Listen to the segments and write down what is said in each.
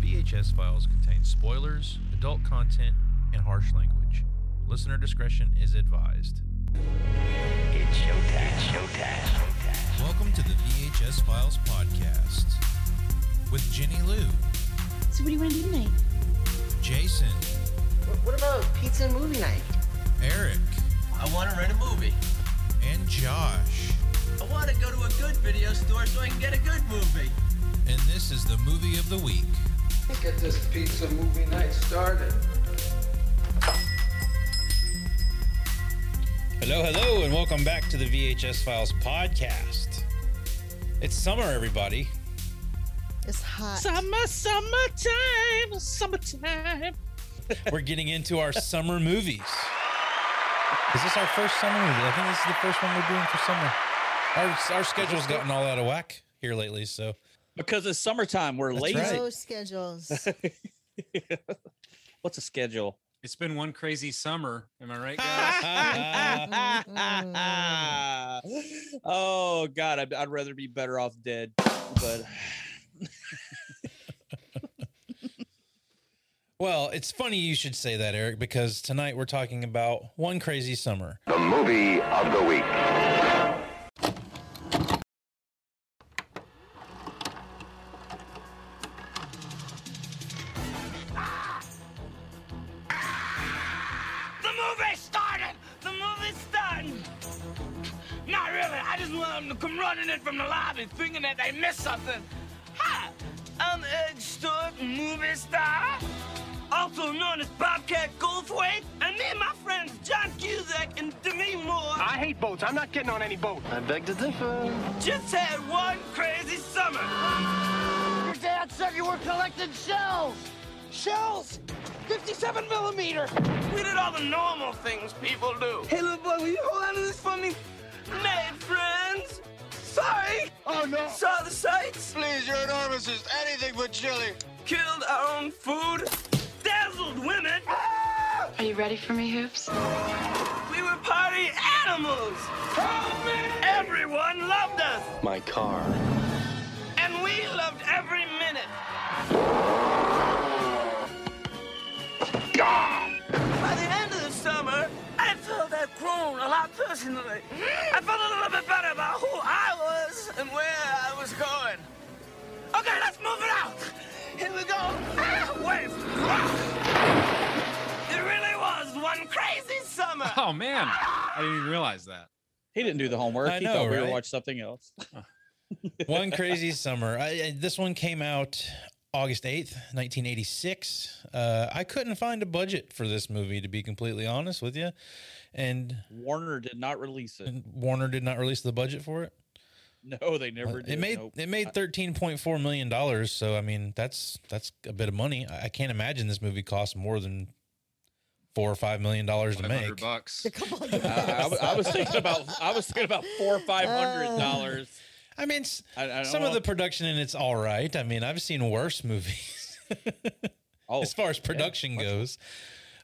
VHS files contain spoilers, adult content, and harsh language. Listener discretion is advised. It's showtime. It's showtime. showtime. Welcome to the VHS Files Podcast with Jenny Lou, So what do you want to do tonight? Jason, What about pizza and movie night? Eric, I want to rent a movie. and Josh. I want to go to a good video store so I can get a good movie. And this is the movie of the week. Get this pizza movie night started. Hello, hello, and welcome back to the VHS Files Podcast. It's summer, everybody. It's hot. Summer, summertime, summertime. We're getting into our summer movies. Is this our first summer movie? I think this is the first one we're doing for summer. Our, our schedule's gotten all out of whack here lately, so Because it's summertime, we're lazy. right. No schedules. What's a schedule? It's been one crazy summer. Am I right, guys? Uh, oh God, I'd, I'd rather be better off dead. But Well, it's funny you should say that, Eric, because tonight we're talking about One Crazy Summer. The movie of the week. The movie's starting. The movie's starting. Not really. I just want them to come running in from the lobby, thinking that they missed something. Hi, I'm Ed Stewart, movie star also known as Bobcat Goldthwait, and me and my friends John Cusack and Demi Moore. I hate boats. I'm not getting on any boat. I beg to differ. Just had one crazy summer. Your dad said you were collecting shells. Shells. 57 millimeter. We did all the normal things people do. Hey, little boy, will you hold on to this for me? Made friends. Sorry. Oh no. Saw the sights. Please, you're an armistice. Anything but chili. Killed our own food. Dazzled women. Are you ready for me, Hoops? We were party animals. Everyone loved us. My car. And we loved every minute. By the end of the summer, I felt that grown a lot personally. I felt a little bit better about who I was and where I was going. Okay, let's move it out. Here we go. Ah, wave. Ah. It really was one crazy summer. Oh man, I didn't even realize that. he didn't do the homework. I he know, thought we were right? watching something else. One Crazy Summer. I, I, this one came out August 8th, 1986. Uh, I couldn't find a budget for this movie, to be completely honest with you. And Warner did not release it. Warner did not release the budget for it. Uh, No, they never did. It made Nope. it made thirteen point four million dollars. So I mean, that's that's a bit of money. I, I can't imagine this movie cost more than four or five million dollars to Five make. hundred bucks. I, I was- I was thinking about I was thinking about four or five hundred dollars. I mean, s- I- I don't Uh, some of know. the production in it's all right. I mean, I've seen worse movies Oh, as far as production goes.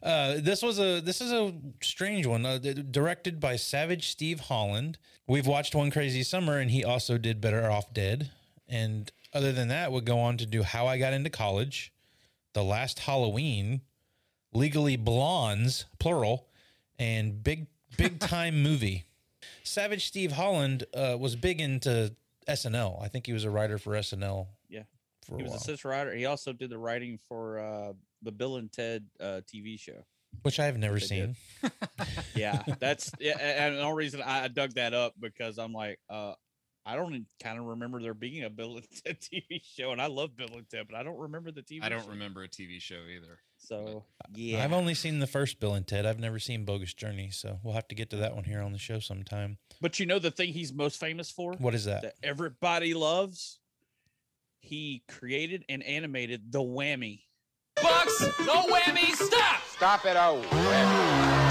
Uh, this was a this is a strange one, uh, d- directed by Savage Steve Holland. We've watched One Crazy Summer, and he also did Better Off Dead. And other than that, would go on to do How I Got Into College, The Last Halloween, Legally Blondes plural, and Big Big Time Movie. Savage Steve Holland uh, was big into SNL. I think he was a writer for SNL. Yeah. for a he was while. a sister writer. He also did the writing for uh, the Bill and Ted uh, TV show. which I have never they did. seen. Yeah, that's yeah, a- and the only reason I I dug that up because I'm like, uh, I don't kind of remember there being a Bill and Ted TV show, and I love Bill and Ted, but I don't remember the TV. I don't show. remember a TV show either. So yeah, I've only seen the first Bill and Ted. I've never seen Bogus Journey, so we'll have to get to that one here on the show sometime. but you know the thing he's most famous for What is that? that everybody loves. He created and animated the whammy. Bucks, no whammy, stop! Stop it, oh.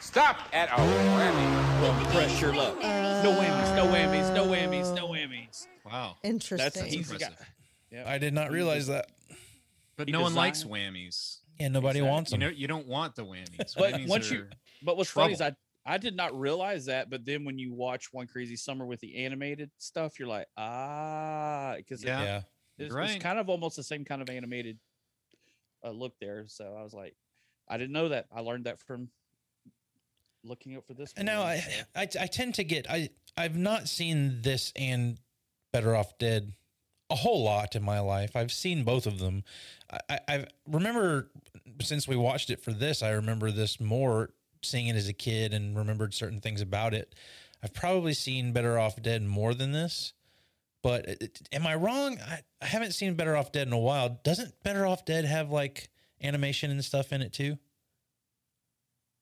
Stop at oh. Whammy. Press your luck. No whammies, no whammies, no whammies, no whammies. Wow. That's Interesting. he's got. impressive. I did not realize that. But He no one likes designed- whammies. Yeah, nobody wants You them. know, you don't want the whammies. But Whammies once you- are- But what's funny is I I did not realize that, but then when you watch One Crazy Summer with the animated stuff, you're like, ah, because Yeah. yeah. it's, Right. it's kind of almost the same kind of animated uh, look there. So I was like, I didn't know that. I learned that from looking up for this. And now one, I, so. I I tend to get I I've not seen this and Better Off Dead a whole lot in my life. I've seen both of them. I, I I've- remember since we watched it for this, I remember this more seeing it as a kid and remembered certain things about it. I've probably seen Better Off Dead more than this. But it- it- am I wrong? I, I haven't seen Better Off Dead in a while. Doesn't Better Off Dead have like animation and stuff in it too?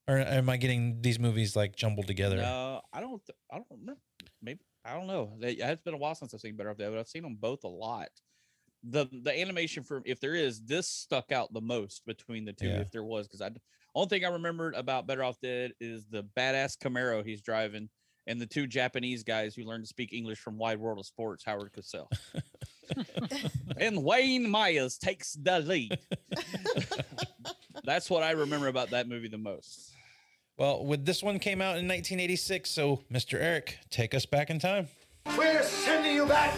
Or am I getting these movies like jumbled together? No, I don't. th- I don't remember. Maybe I don't know. They- It's been a while since I've seen Better Off Dead, but I've seen them both a lot. The the animation from if there is this stuck out the most between the two Yeah. if there was because I d- only thing I remembered about Better Off Dead is the badass Camaro he's driving and the two Japanese guys who learned to speak English from Wide World of Sports, Howard Cosell. and Wayne Myers takes the lead. That's what I remember about that movie the most. Well, with this one came out in 1986, so Mr. Eric, take us back in time. We're sending you back.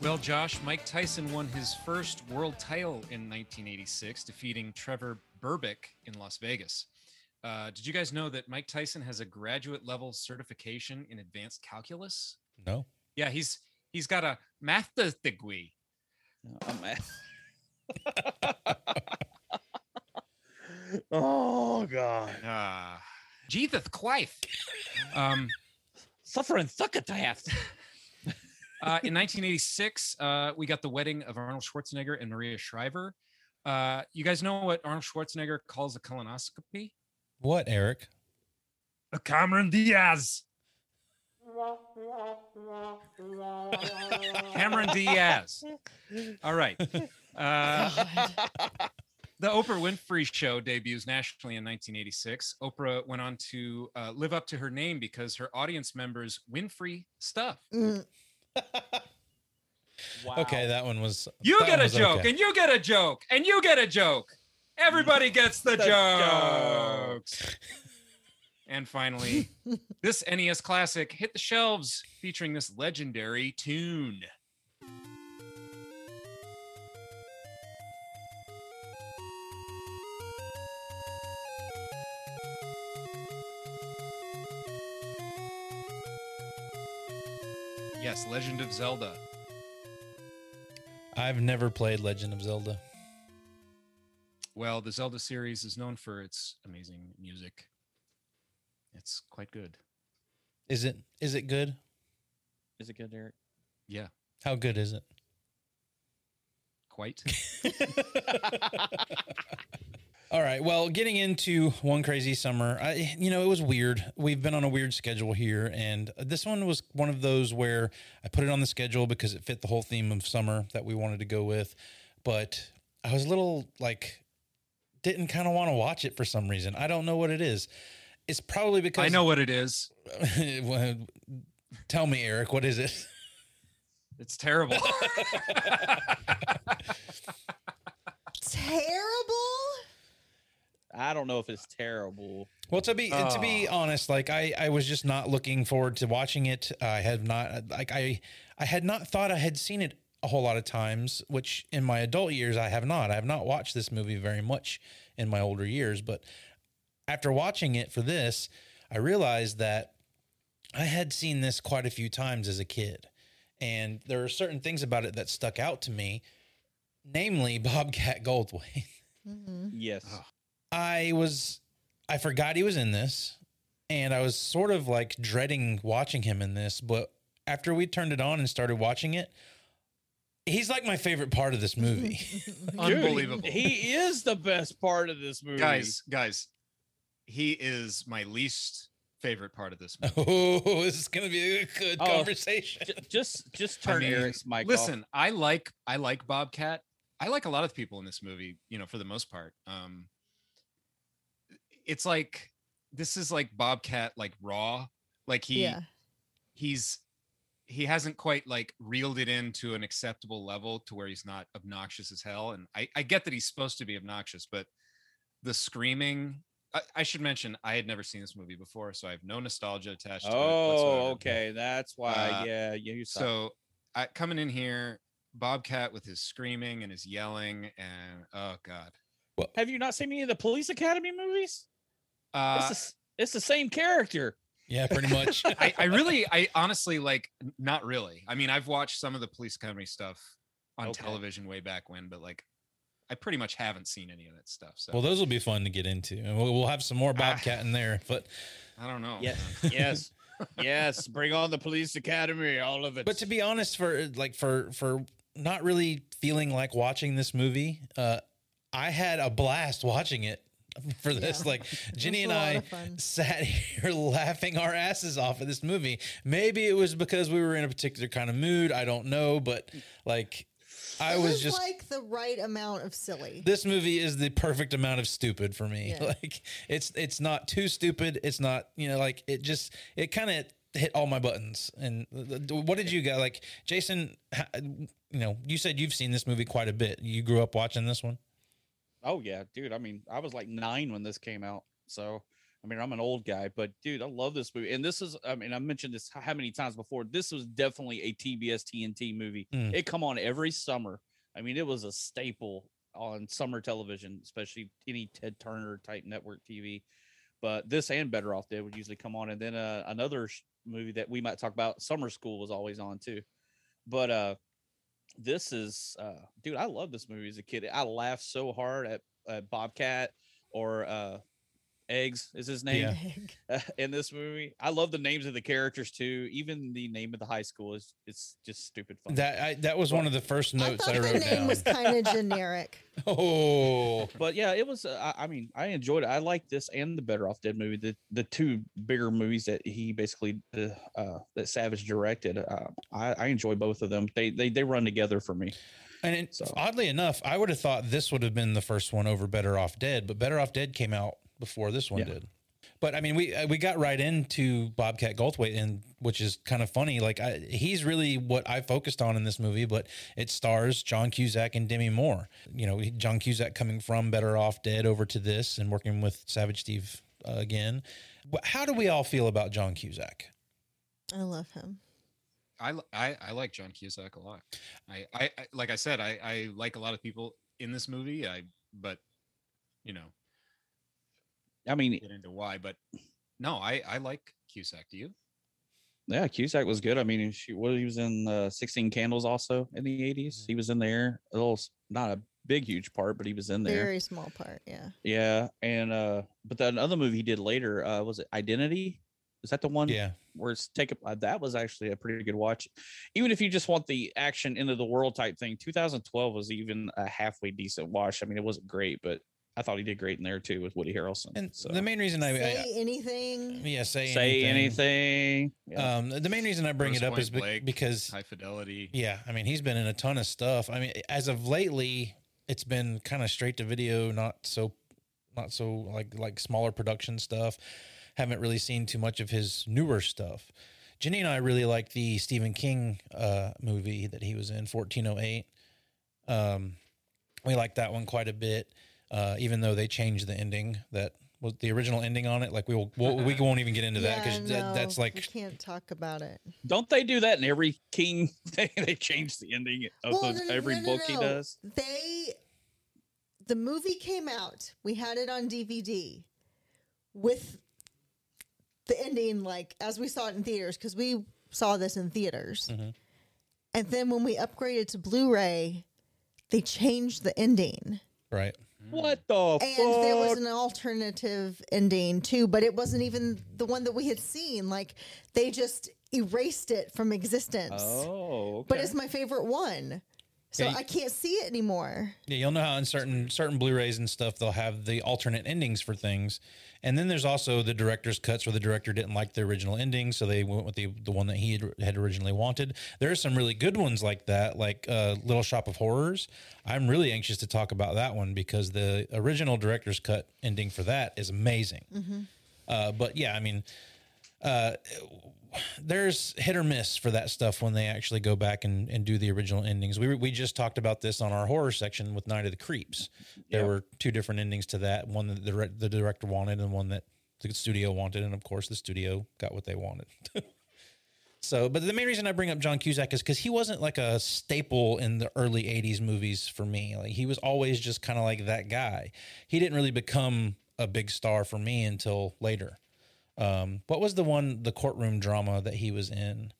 Well, Josh, Mike Tyson won his first world title in 1986, defeating Trevor Burbick in Las Vegas. Uh, did you guys know that Mike Tyson has a graduate level certification in advanced calculus? No. Yeah, he's he's got a master's degree. I'm oh god. Ah, Jesus Christ. Um, Suffering succotash. Uh, in 1986, uh, we got the wedding of Arnold Schwarzenegger and Maria Shriver. Uh, you guys know what Arnold Schwarzenegger calls a colonoscopy? What, Eric? A Cameron Diaz. Cameron Diaz. All right. Uh, the Oprah Winfrey Show debuts nationally in 1986. Oprah went on to uh, live up to her name because her audience members Winfrey stuff. Mm, Wow. Okay, that one was. You that get one a was joke, okay. and you get a joke, and you get a joke. Everybody gets the, The jokes. and finally, this NES classic hit the shelves featuring this legendary tune. Yes, Legend of Zelda. I've never played Legend of Zelda. Well, the Zelda series is known for its amazing music. It's quite good. Is it? Is it good? Is it good, Eric? Yeah, How good is it? quite. All right. Well, getting into one crazy summer, I you know it was weird. We've been on a weird schedule here, and this one was one of those where I put it on the schedule because it fit the whole theme of summer that we wanted to go with. But I was a little like didn't kind of want to watch it for some reason. I don't know what it is. It's probably because I know what it is. Well, Tell me, Eric, what is it? It's terrible. terrible. I don't know if it's terrible. Well, to be to be honest, like I I was just not looking forward to watching it. I have not like I I had not thought I had seen it a whole lot of times, which in my adult years I have not. I have not watched this movie very much in my older years, but after watching it for this, I realized that I had seen this quite a few times as a kid. And there are certain things about it that stuck out to me, namely Bobcat Goldthwait. Mm-hmm. Yes. I was I forgot he was in this and I was sort of like dreading watching him in this, but after we turned it on and started watching it, he's like my favorite part of this movie. Dude, Unbelievable. he is the best part of this movie. guys, guys, he is my least favorite part of this movie. oh, this is going to be a good Oh. conversation. J- just just I turn mean, Eric's mic Listen, I like I like Bobcat. I like a lot of people in this movie, you know, for the most part. Um it's like this is like Bobcat like raw. Like he yeah. he's he hasn't quite like reeled it in to an acceptable level to where he's not obnoxious as hell. And I, I get that he's supposed to be obnoxious, but the screaming. I, I should mention I had never seen this movie before, so I have no nostalgia attached. to it Oh, whatsoever. okay. That's why. Uh, yeah, yeah. You suck. So I, coming in here, Bobcat with his screaming and his yelling, and oh god, have you not seen any of the Police Academy movies? uh, it's, the, s- it's the same character. Yeah, pretty much. I, I really, I honestly like n- not really. I mean, I've watched some of the police academy stuff on Okay. television way back when, but like, I pretty much haven't seen any of that stuff. So well, those will be fun to get into, and we'll, we'll have some Ah. more Bobcat in there. But I don't know. Yes, yes, yes. Bring on the Police Academy. All of it. but to be honest, for like for for not really feeling like watching this movie, uh, I had a blast watching it for this. Like Jenny It's and a lot I of fun. sat here laughing our asses off at this movie. Maybe it was because we were in a particular kind of mood. I don't know, but like I It was just like the right amount of silly. this movie is the perfect amount of stupid for me. Yeah. Like it's it's not too stupid. It's not you know like it just it kind of hit all my buttons. And th- th- what did you guys like, Jason? ha- You know, you said you've seen this movie quite a bit. You grew up watching this one. oh yeah, dude. I mean, I was like nine when this came out. So I mean, I'm an old guy, but dude, I love this movie. And this is, I mean, I mentioned this how how many times before. This was definitely a TBS TNT movie. Mm. It come on every summer. I mean, it was a staple on summer television, especially any Ted Turner type network TV. But this and Better Off Dead would usually come on, and then uh, another sh- movie that we might talk about, Summer School, was always on too. But uh, this is, uh, dude, I love this movie as a kid. I laughed so hard at, at Bobcat or uh, Eggs is his name Yeah. in this movie. I love the names of the characters too. Even the name of the high school is it's just stupid fun. That I, that was one of the first I notes thought I, the wrote name down. was kind of generic. oh, but yeah, it was. Uh, I I mean, I enjoyed it. I like this and the Better Off Dead movie, the the two bigger movies that he basically uh, uh, that Savage directed. Uh, I, I enjoy both of them. They they they run together for me. and it, So- oddly enough, I would have thought this would have been the first one over Better Off Dead, but Better Off Dead came out before this one Yeah. did. But I mean, we uh, we got right into Bobcat Goldthwait, and which is kind of funny. Like I, he's really what I focused on in this movie, but it stars John Cusack and Demi Moore. You know, he- John Cusack coming from Better Off Dead over to this, and working with Savage Steve uh, again. Wh- How do we all feel about John Cusack? I love him. I, li- I I like John Cusack a lot. I, I I like I said I I like a lot of people in this movie. I but you know I mean, get into why, but no, I I like Cusack. Do you? yeah, Cusack was good. I mean, she well, he was in uh, Sixteen Candles also in the eighties. He was in there a little, s- not a big huge part, but he was in there. Very small part. Yeah. Yeah, and uh, but that other movie he did later uh, was it Identity? Is that the one? Yeah, where it's take up uh, that was actually a pretty good watch even if you just want the action into the world type thing 2012 was even a halfway decent watch i mean it wasn't great but i thought he did great in there too with woody harrelson and so the main reason I, Say I anything. yeah say say anything, Yeah. Um, the main reason I bring Grosse it up Pointe is be- Blake. because High fidelity. yeah, I mean he's been in a ton of stuff. I mean, as of lately, it's been kind of straight to video, not so, not so like like smaller production stuff. Haven't really seen too much of his newer stuff. Jenny and I really like the Stephen King uh, movie that he was in, 1408. Um, we like that one quite a bit, uh, even though they changed the ending that was the original ending on it. Like we will, we'll, we won't even get into that Yeah, because no, that's we like can't talk about it. don't they do that in every king they, they change the ending of Well, the, no, no, every no, no, book no. he does They, the movie came out. We had it on DVD with the ending, like as we saw it in theaters, because we saw this in theaters. Mm-hmm. Mhm. And then when we upgraded to Blu ray, they changed the ending. right. what the And fuck? there was an alternative ending too, but it wasn't even the one that we had seen. Like they just erased it from existence. oh okay. But it's my favorite one. So Yeah, you- I can't see it anymore. Yeah, you'll know how in certain certain Blu-rays and stuff they'll have the alternate endings for things, and then there's also the director's cuts where the director didn't like the original ending, so they went with the the one that he had, had originally wanted. There are some really good ones like that, like uh, Little Shop of Horrors. I'm really anxious to talk about that one because the original director's cut ending for that is amazing. Uh, but yeah, I mean, uh, there's hit or miss for that stuff when they actually go back and, and do the original endings. We, were- we just talked about this on our horror section with Night of the Creeps. There Yeah. were two different endings to that one that the, direct- the director wanted and one that the studio wanted. And of course, the studio got what they wanted. so, but the main reason I bring up John Cusack is because he wasn't like a staple in the early 80s movies for me. Like he was always just kind of like that guy. He didn't really become a big star for me until later um, what was the one the courtroom drama that he was in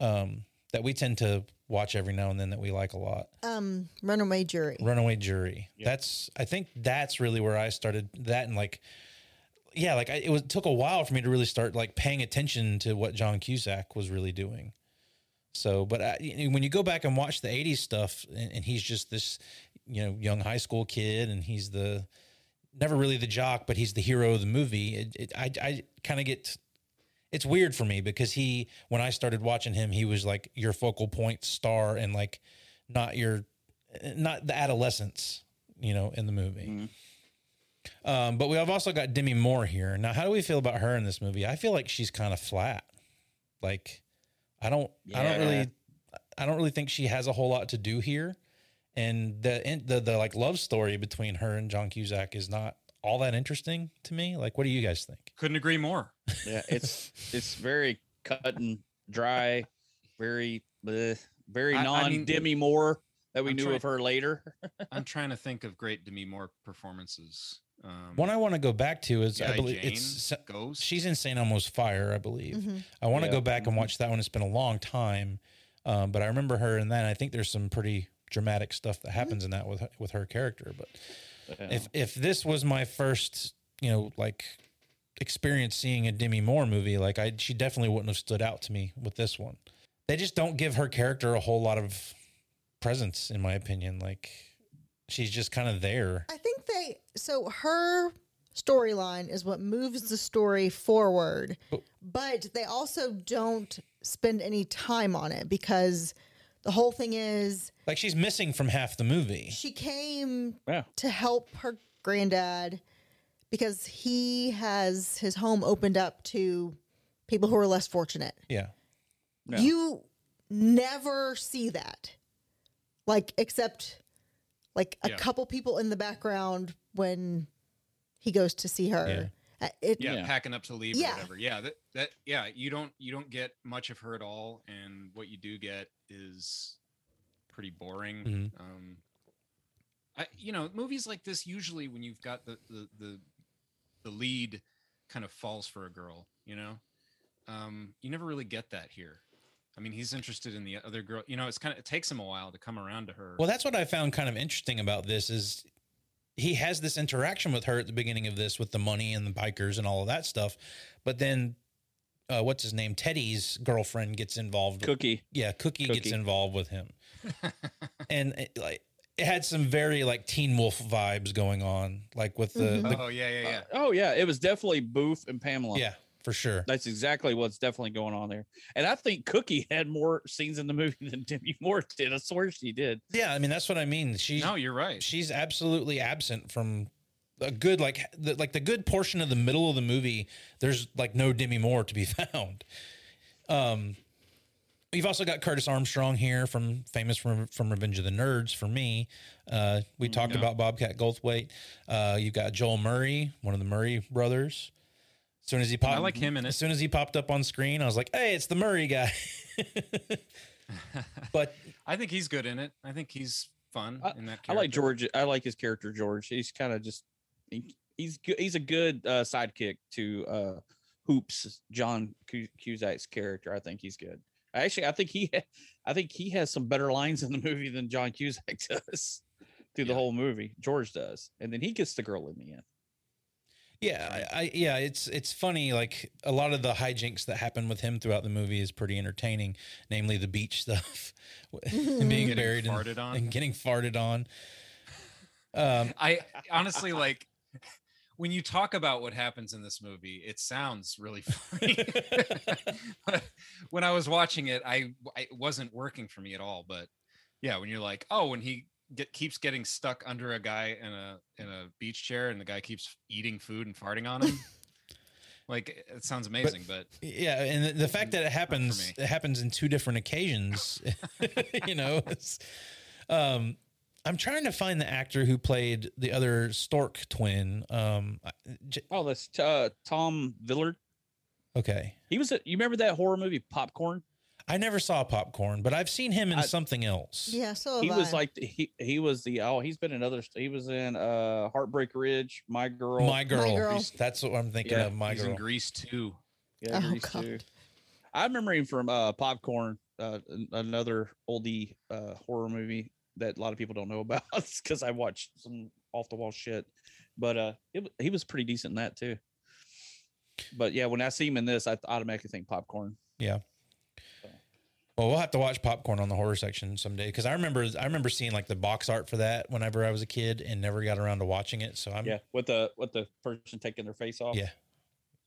um, that we tend to watch every now and then that we like a lot Um, runaway jury. runaway jury that's i think that's really where i started that and like yeah like I, it was took a while for me to really start like paying attention to what john cusack was really doing so but I, you know, when you go back and watch the 80s stuff and, and he's just this you know young high school kid and he's the never really the jock but he's the hero of the movie it, it, i, I kind of get it's weird for me because he when i started watching him he was like your focal point star and like not your not the adolescence you know in the movie um, but we have also got demi moore here now how do we feel about her in this movie i feel like she's kind of flat like i don't i don't Yeah. really i don't really think she has a whole lot to do here and the in- the the like love story between her and john cusack is not all that interesting to me like what do you guys think Couldn't agree more. yeah it's it's very cut and dry very bleh, very I- I non mean- demi moore that we I'm knew trying- of her later I'm trying to think of great Demi Moore performances. Um, One I want to go back to is I G.I. believe Jane, it's Ghost. she's in Saint Elmo's Fire, I believe. Mhm. I want to Yeah. Mm-hmm. go back and watch that one. It's been a long time, um, but I remember her in that. and I think there's some pretty dramatic stuff that happens in that with her- with her character. But Yeah. if if this was my first, you know, like experience seeing a Demi Moore movie, like I she definitely wouldn't have stood out to me with this one. They just don't give her character a whole lot of presence, in my opinion. Like she's just kind of there. I think they so her storyline is what moves the story forward, Oh. but they also don't spend any time on it because the whole thing is Like she's missing from half the movie. she came Yeah. to help her granddad because he has his home opened up to people who are less fortunate. Yeah. Yeah. You never see that. Like except like a Yeah. couple people in the background when he goes to see her. Uh, It yeah, Yeah. packing up to leave Yeah. or whatever. Yeah, that that yeah, you don't you don't get much of her at all, and what you do get is pretty boring. Mhm. Um, I you know movies like this usually when you've got the the the, the lead kind of falls for a girl, you know, um, you never really get that here. I mean, he's interested in the other girl. You know, it's kind of it takes him a while to come around to her. Well, that's what I found kind of interesting about this is he has this interaction with her at the beginning of this with the money and the bikers and all of that stuff, but then uh, what's his name? Teddy's girlfriend gets involved. cookie yeah, Cookie, gets Cookie. involved with him, and it, like it had some very like Teen Wolf vibes going on, like with the, the- oh yeah, yeah, yeah. Uh, oh yeah it was definitely booth and pamela yeah for sure. that's exactly what's definitely going on there and i think cookie had more scenes in the movie than demi moore did i swear she did Yeah, I mean that's what I mean. Uh, She no, you're right. she's absolutely absent from a good like the, like the good portion of the middle of the movie there's like no demi moore to be found um you've also got curtis armstrong here from famous from from revenge of the nerds for me uh Mm, we talked about bobcat goldthwait uh you've got joel murray one of the murray brothers as soon as he popped like him in it. as soon as he popped up on screen i was like hey it's the murray guy but I think he's good in it. I think he's fun in that. i like character. george i like his character george he's kind of just he, he's good he's a good uh, sidekick to uh hoops john Cu- cusack's character i think he's good actually i think he ha- i think he has some better lines in the movie than john cusack does through the Yeah. whole movie george does and then he gets the girl in the end Yeah, I, I yeah, it's it's funny. Like a lot of the hijinks that happen with him throughout the movie is pretty entertaining, namely the beach stuff, and being Getting buried and- farted on. and getting farted on. Um, I honestly like when you talk about what happens in this movie, it sounds really funny. But when I was watching it, I, I it wasn't working for me at all. But yeah, when you're like, oh, when he get, keeps getting stuck under a guy in a in a beach chair, and the guy keeps eating food and farting on him. Like it sounds amazing, but, Yeah, and the, the fact that it happens me. it happens in two different occasions, you know. It's, um, I'm trying to find the actor who played the other Stork twin. Um, I- J- Oh, that's uh, Tom Villard. okay, He was. A, you remember that horror movie Popcorn? I never saw Popcorn, but I've seen him in I- something else. Yeah, so he have was I. like the- he he was the oh he's been in other st- he was in uh Heartbreak Ridge, My Girl. My girl. Girl. That's what I'm thinking Yeah, of. My he's in girl. Greece too. Yeah, Oh, Grease God. too. I remember him from uh, Popcorn, uh, an- another oldie uh, horror movie that a lot of people don't know about because I watched some off the wall shit. But uh, it, w- he was pretty decent in that too. But yeah, when I see him in this, I th- automatically think Popcorn. Well, we'll have to watch popcorn on the horror section someday because I remember I remember seeing like the box art for that whenever I was a kid and never got around to watching it. So I'm yeah, with the with the person taking their face off. Yeah.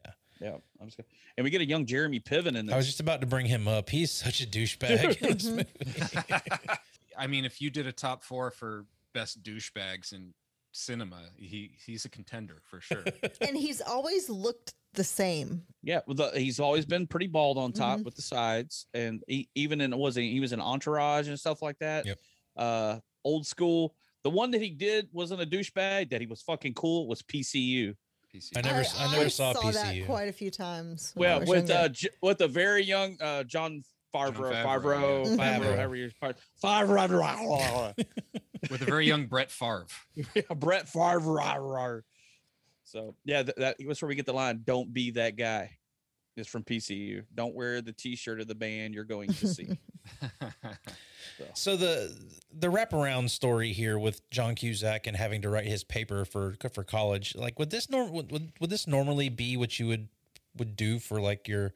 yeah, yeah. I'm just gonna, and we get a young Jeremy Piven in this. I was just about to bring him up. He's such a douchebag. in this movie. I mean, if you did a top four for best douchebags in cinema, he he's a contender for sure. and he's always looked the same. Yeah, well, the, he's always been pretty bald on top with the sides, and he, even in was he, he was in Entourage and stuff like that. Yep. Uh, old school. The one that he did wasn't a douchebag. That he was fucking cool was PCU. PC. I never Oh, s- I never saw that PCU. quite a few times. when I Well, was with younger. uh, J- with a very young uh, John Favreau, Favreau, Favreau, yeah. Favreau, Favreau. however you part, Favreau, With a very young Brett Favre. Brett Favreau. So yeah, that, that that's where we get the line. Don't be that guy. It's from PCU. Don't wear the T-shirt of the band you're going to see. so the the wraparound story here with John Cusack and having to write his paper for for college, like would this norm would, would, would this normally be what you would would do for like your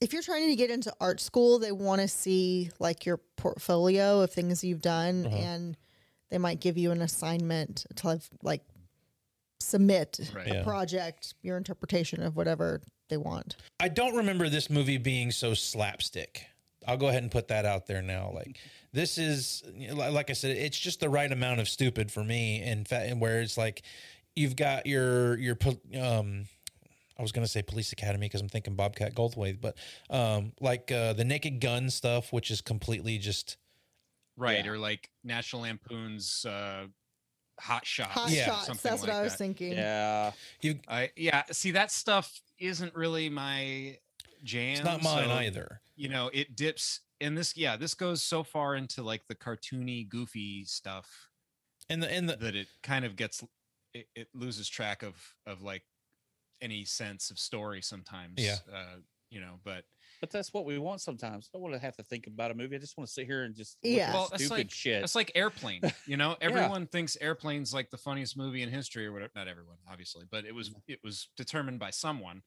if you're trying to get into art school, they want to see like your portfolio of things you've done, Uh-huh. and they might give you an assignment to have, like submit Right. a Yeah. project, your interpretation of whatever they want. I don't remember this movie being so slapstick. I'll go ahead and put that out there now. Like this is, you know, li- like I said, it's just the right amount of stupid for me. And fa- and where it's like, you've got your your pol- um, I was gonna say Police Academy because I'm thinking Bobcat Goldthwait, but um, like uh, the Naked Gun stuff, which is completely just Right. Or like National Lampoon's uh Hot Shots. Hot Yeah. shots. Ah, something That's what like I was that. thinking. yeah. you. I yeah, see that stuff isn't really my jam. It's not mine so, either. You know, it dips and this yeah, this goes so far into like the cartoony, goofy stuff And the and the that it kind of gets it, it loses track of of like any sense of story sometimes. Yeah. Uh, you know, but But that's what we want sometimes. I don't want to have to think about a movie. I just want to sit here and just look Yeah. at Well, that's stupid like- shit. It's like Airplane. You know, everyone thinks Airplane's like the funniest movie in history or whatever. Not everyone, obviously, but it was Mm-hmm. it was determined by someone,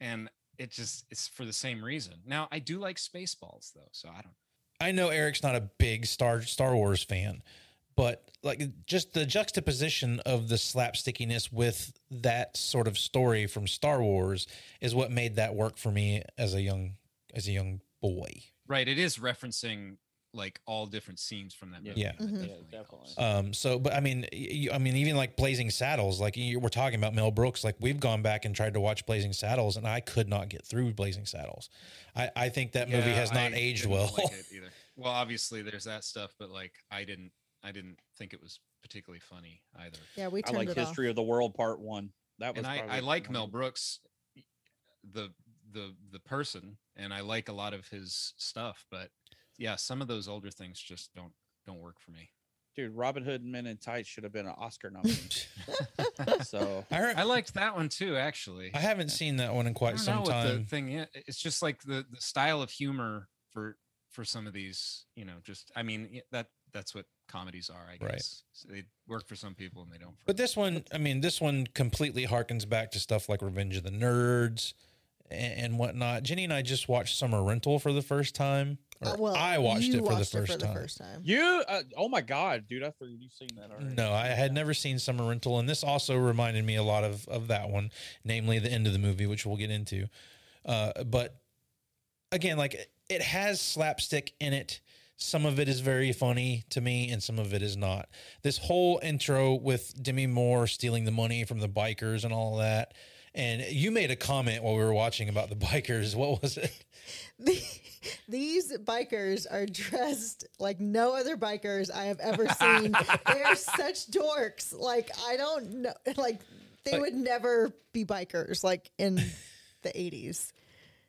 and it just it's for the same reason. Now I do like Spaceballs though, so I don't. I know Eric's not a big Star Star Wars fan, but like just the juxtaposition of the slapstickiness with that sort of story from Star Wars is what made that work for me as a young as a young boy. Right, it is referencing like all different scenes from that Yeah. Mm-hmm. movie. Yeah. that Mhm. Yeah, definitely. helps. Um, so, but I mean, you, I mean, even like Blazing Saddles, like you, we're talking about Mel Brooks, like we've gone back and tried to watch Blazing Saddles, and I could not get through Blazing Saddles. I, I think that movie Yeah, has not I aged didn't well. like it either. Well, obviously there's that stuff, but like I didn't I didn't think it was particularly funny either. Yeah, we I turned like it History off. of the World Part One. That was and I, probably I like one Mel of- Brooks, the the the person, and I like a lot of his stuff. But yeah, some of those older things just don't don't work for me. Dude, Robin Hood Men in Tights should have been an Oscar nominee. so I, heard, I liked that one too, actually. I haven't seen that one in I quite don't some know what time. the thing is. It's just like the the style of humor for for some of these, you know, just I mean y- that that's what comedies are, I guess. Right. So they work for some people and they don't. For But others. this one, I mean, this one completely harkens back to stuff like Revenge of the Nerds and, and whatnot. Jenny and I just watched Summer Rental for the first time. Or Uh, well, I watched you it for watched the first time. first time. you, uh, oh my God, dude, I figured you've seen that already. No, I had never seen Summer Rental, and this also reminded me a lot of of that one, namely the end of the movie, which we'll get into. Uh, but again, like it- it has slapstick in it. Some of it is very funny to me, and some of it is not. This whole intro with Demi Moore stealing the money from the bikers and all that, And you made a comment while we were watching about the bikers. What was it? These bikers are dressed like no other bikers I have ever seen. They're such dorks. Like I don't know. Like they Like- would never be bikers. Like in the eighties.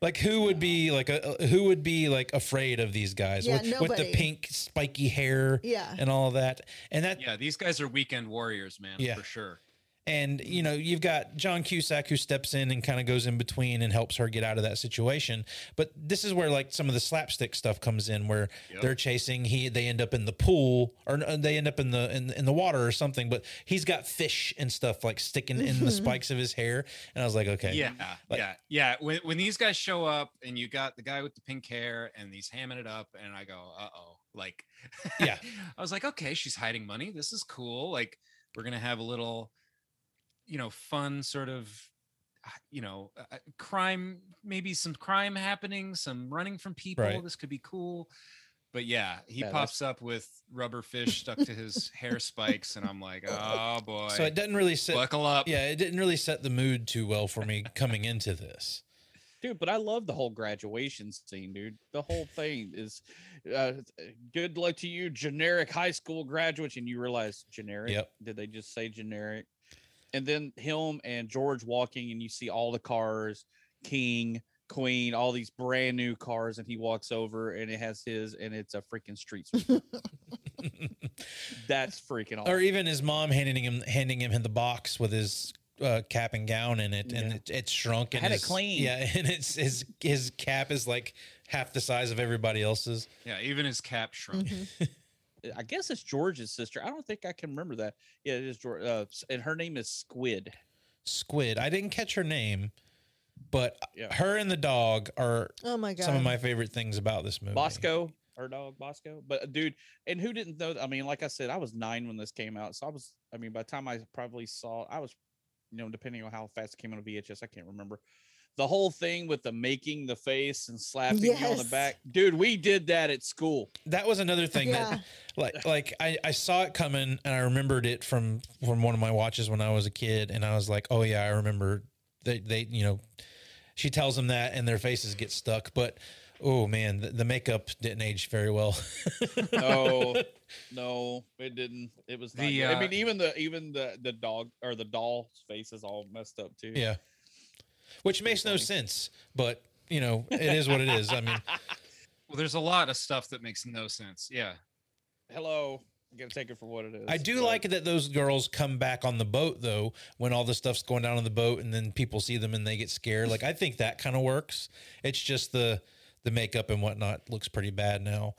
Like who would be like a who would be like afraid of these guys Yeah, with, with the nobody. pink spiky hair Yeah. and all that. And that Yeah, these guys are weekend warriors, man, Yeah. for sure. And you know, you've got John Cusack who steps in and kind of goes in between and helps her get out of that situation. But this is where like some of the slapstick stuff comes in, where they're chasing. He they end up in the pool, or uh, they end up in the in, in the water or something. But he's got fish and stuff like sticking in the spikes of his hair. And I was like, okay, Yeah, Like- yeah, yeah. When when these guys show up and you got the guy with the pink hair and he's hamming it up, and I go, uh oh, like, Yeah. I was like, okay, she's hiding money. This is cool. Like, we're gonna have a little, you know, fun sort of, uh, you know, uh, uh, crime, maybe some crime happening, some running from people. Right. This could be cool. But yeah, he Yeah, that's- pops up with rubber fish stuck to his hair spikes, and I'm like, oh boy, So it doesn't really set. buckle up. yeah, it didn't really set the mood too well for me coming into this. dude but i love the whole graduation scene dude the whole thing is uh, good luck to you generic high school graduates and you realize generic Yep. did they just say generic and then him and george walking and you see all the cars king queen all these brand new cars and he walks over and it has his and it's a freaking street sweeper. that's freaking awesome or even his mom handing him handing him the box with his uh, cap and gown in it, and Yeah. it, it's shrunk and Had it his- clean. Yeah, and it's his his cap is like half the size of everybody else's. Yeah, even his cap shrunk. Mm-hmm. i guess it's george's sister i don't think i can remember that yeah it is george uh, s- and her name is squid Squid. I didn't catch her name, but Yeah. her and the dog are Oh my god. some of my favorite things about this movie. Bosco, her dog Bosco. But uh, dude, and who didn't know? I mean, like I said, I was nine when this came out, so I was. I mean, by the time I probably saw, I was, you know, depending on how fast it came on VHS, I can't remember. The whole thing with the making the face and slapping you on the Yes. back, dude. We did that at school. That was another thing Yeah. that like like I, I saw it coming and I remembered it from from one of my watches when I was a kid and I was like, "Oh yeah, I remember they they you know she tells them that and their faces get stuck, but oh man, the, the makeup didn't age very well. No, no, it didn't. It was not. The, good. I uh, mean, even the even the the dog or the doll's face is all messed up too. yeah. Which makes no sense, but you know, it is what it is. I mean, Well, there's a lot of stuff that makes no sense. Yeah. Hello, I'm gonna take it for what it is. I do but- like that those girls come back on the boat though when all the stuff's going down on the boat and then people see them and they get scared. Like I think that kind of works. It's just the the makeup and whatnot looks pretty bad now.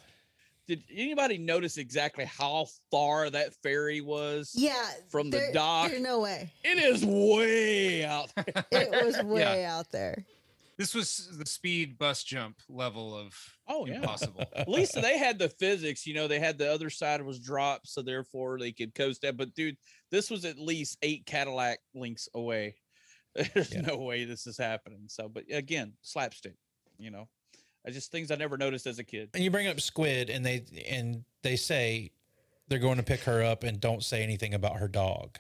did anybody notice exactly how far that ferry was? yeah. From the there- dock. there- no way. It is way out. there. It was way out there. This was the speed bus jump level of Oh, yeah. impossible. At least they had the physics, you know, they had the other side was dropped, so therefore they could coast that. But dude, this was at least eight Cadillac links away. There's Yeah. no way this is happening. So, but again, slapstick, you know, I just things I never noticed as a kid. And you bring up Squid and they and they say they're going to pick her up and don't say anything about her dog.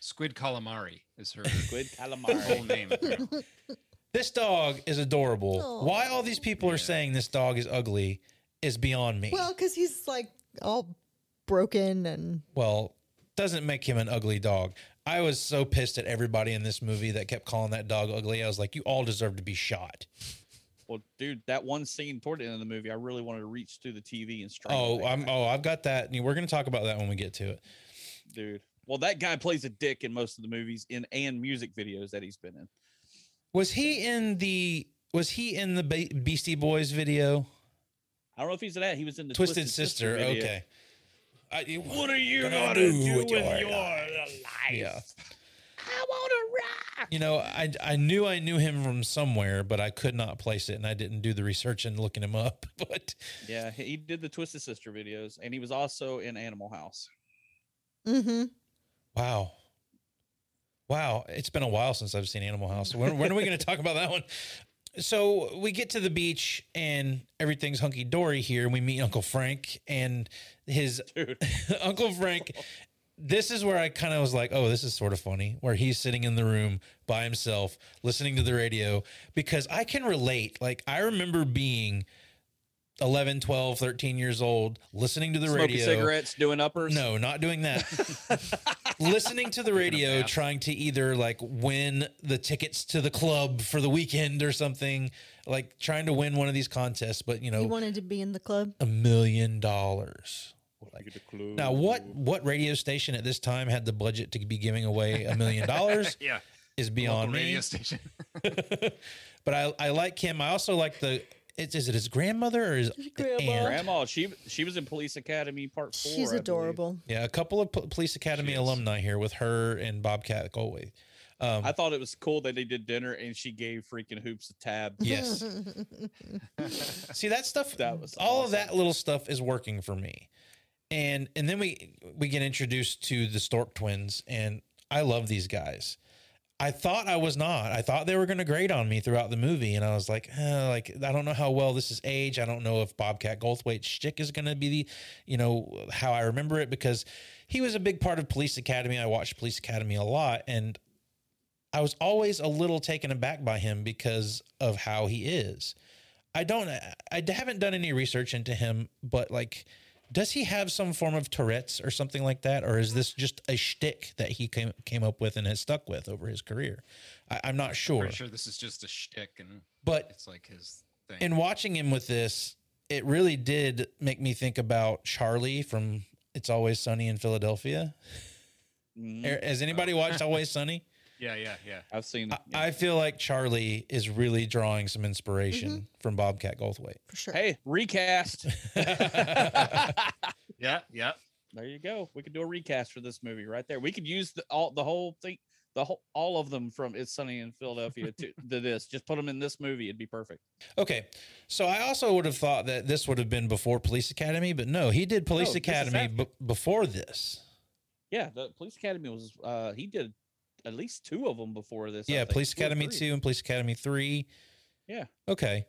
Squid calamari is her Squid whole oh, calamari. name. apparently. This dog is adorable. Why all these people are Yeah. saying this dog is ugly is beyond me. Well, because he's like all broken and well doesn't make him an ugly dog i was so pissed at everybody in this movie that kept calling that dog ugly i was like you all deserve to be shot well, dude, that one scene toward the end of the movie, I really wanted to reach through the TV and strangle. oh that i'm guy. oh i've got that we're gonna talk about that when we get to it oh. dude. Well, that guy plays a dick in most of the movies in and music videos that he's been in. was he in the was he in the Be- beastie boys video I don't know if he's in that. He was in the twisted, sister, video. okay I, you- What are you Gonna gonna, do do, with with your your, life? life? Yeah. I want you know I, I knew i knew him from somewhere but i could not place it and i didn't do the research and looking him up but to rock. Yeah, he he did the Twisted Sister videos, and he was also in Animal House. mm-hmm. wow wow it's been a while since i've seen animal house when, when are we going to talk about that one so we get to the beach and everything's hunky dory here. We meet Uncle Frank and his Dude. Uncle Frank this is where I kind of was like, oh, this is sort of funny, where he's sitting in the room by himself listening to the radio because I can relate. Like, I remember being 11, 12, 13 years old, listening to the Smoking radio. cigarettes, doing uppers. No, not doing that. listening to the radio, bath. trying to either like win the tickets to the club for the weekend or something, like trying to win one of these contests, but you know, You wanted to be in the club. a million dollars. Get the clue. Now, what what radio station at this time had the budget to be giving away a million dollars Yeah. is Local beyond me. radio station. but I, I like him. I also like the is, is it his grandmother or his grandma. aunt? Grandma, she she was in Police Academy Part Four. I She's believe. adorable. Yeah, a couple of P- police academy She is. alumni here with her and Bobcat Galway. Um, I thought it was cool that they did dinner and she gave freaking hoops a tab. yes. Mm-hmm. See that stuff. That was all of awesome. that little stuff is working for me. And and then we we get introduced to the Stork twins, and I love these guys. I thought I was not. I thought they were going to grade on me throughout the movie, and I was like, eh, like I don't know how well this is age. I don't know if Bobcat Goldthwait's shtick is going to be the, you know, how I remember it because he was a big part of Police Academy. I watched Police Academy a lot, and I was always a little taken aback by him because of how he is. I don't, I haven't done any research into him, but like, does he have some form of Tourette's or something like that, or is this just a shtick that he came came up with and has stuck with over his career? I, I'm not sure, Pretty sure this is just a shtick and but it's like his thing. in watching him with this, it really did make me think about Charlie from It's Always Sunny in Philadelphia. Mhm. Has anybody watched Always Sunny? yeah, yeah, yeah. I've seen. I, I feel like Charlie is really drawing some inspiration Mm-hmm. from Bobcat Goldthwait. For sure. hey, recast. Yeah, yeah. There you go. We could do a recast for this movie right there. We could use the all the whole thing, the whole all of them from It's Sunny in Philadelphia to, to this. Just put them in this movie. It'd be perfect. Okay, so I also would have thought that this would have been before Police Academy, but no, he did No, Police this is Academy after. b- before this. Yeah, the Police Academy was. uh He did at least two of them before this. I yeah, think. Police Two or Academy three. two and Police Academy three. Yeah. Okay,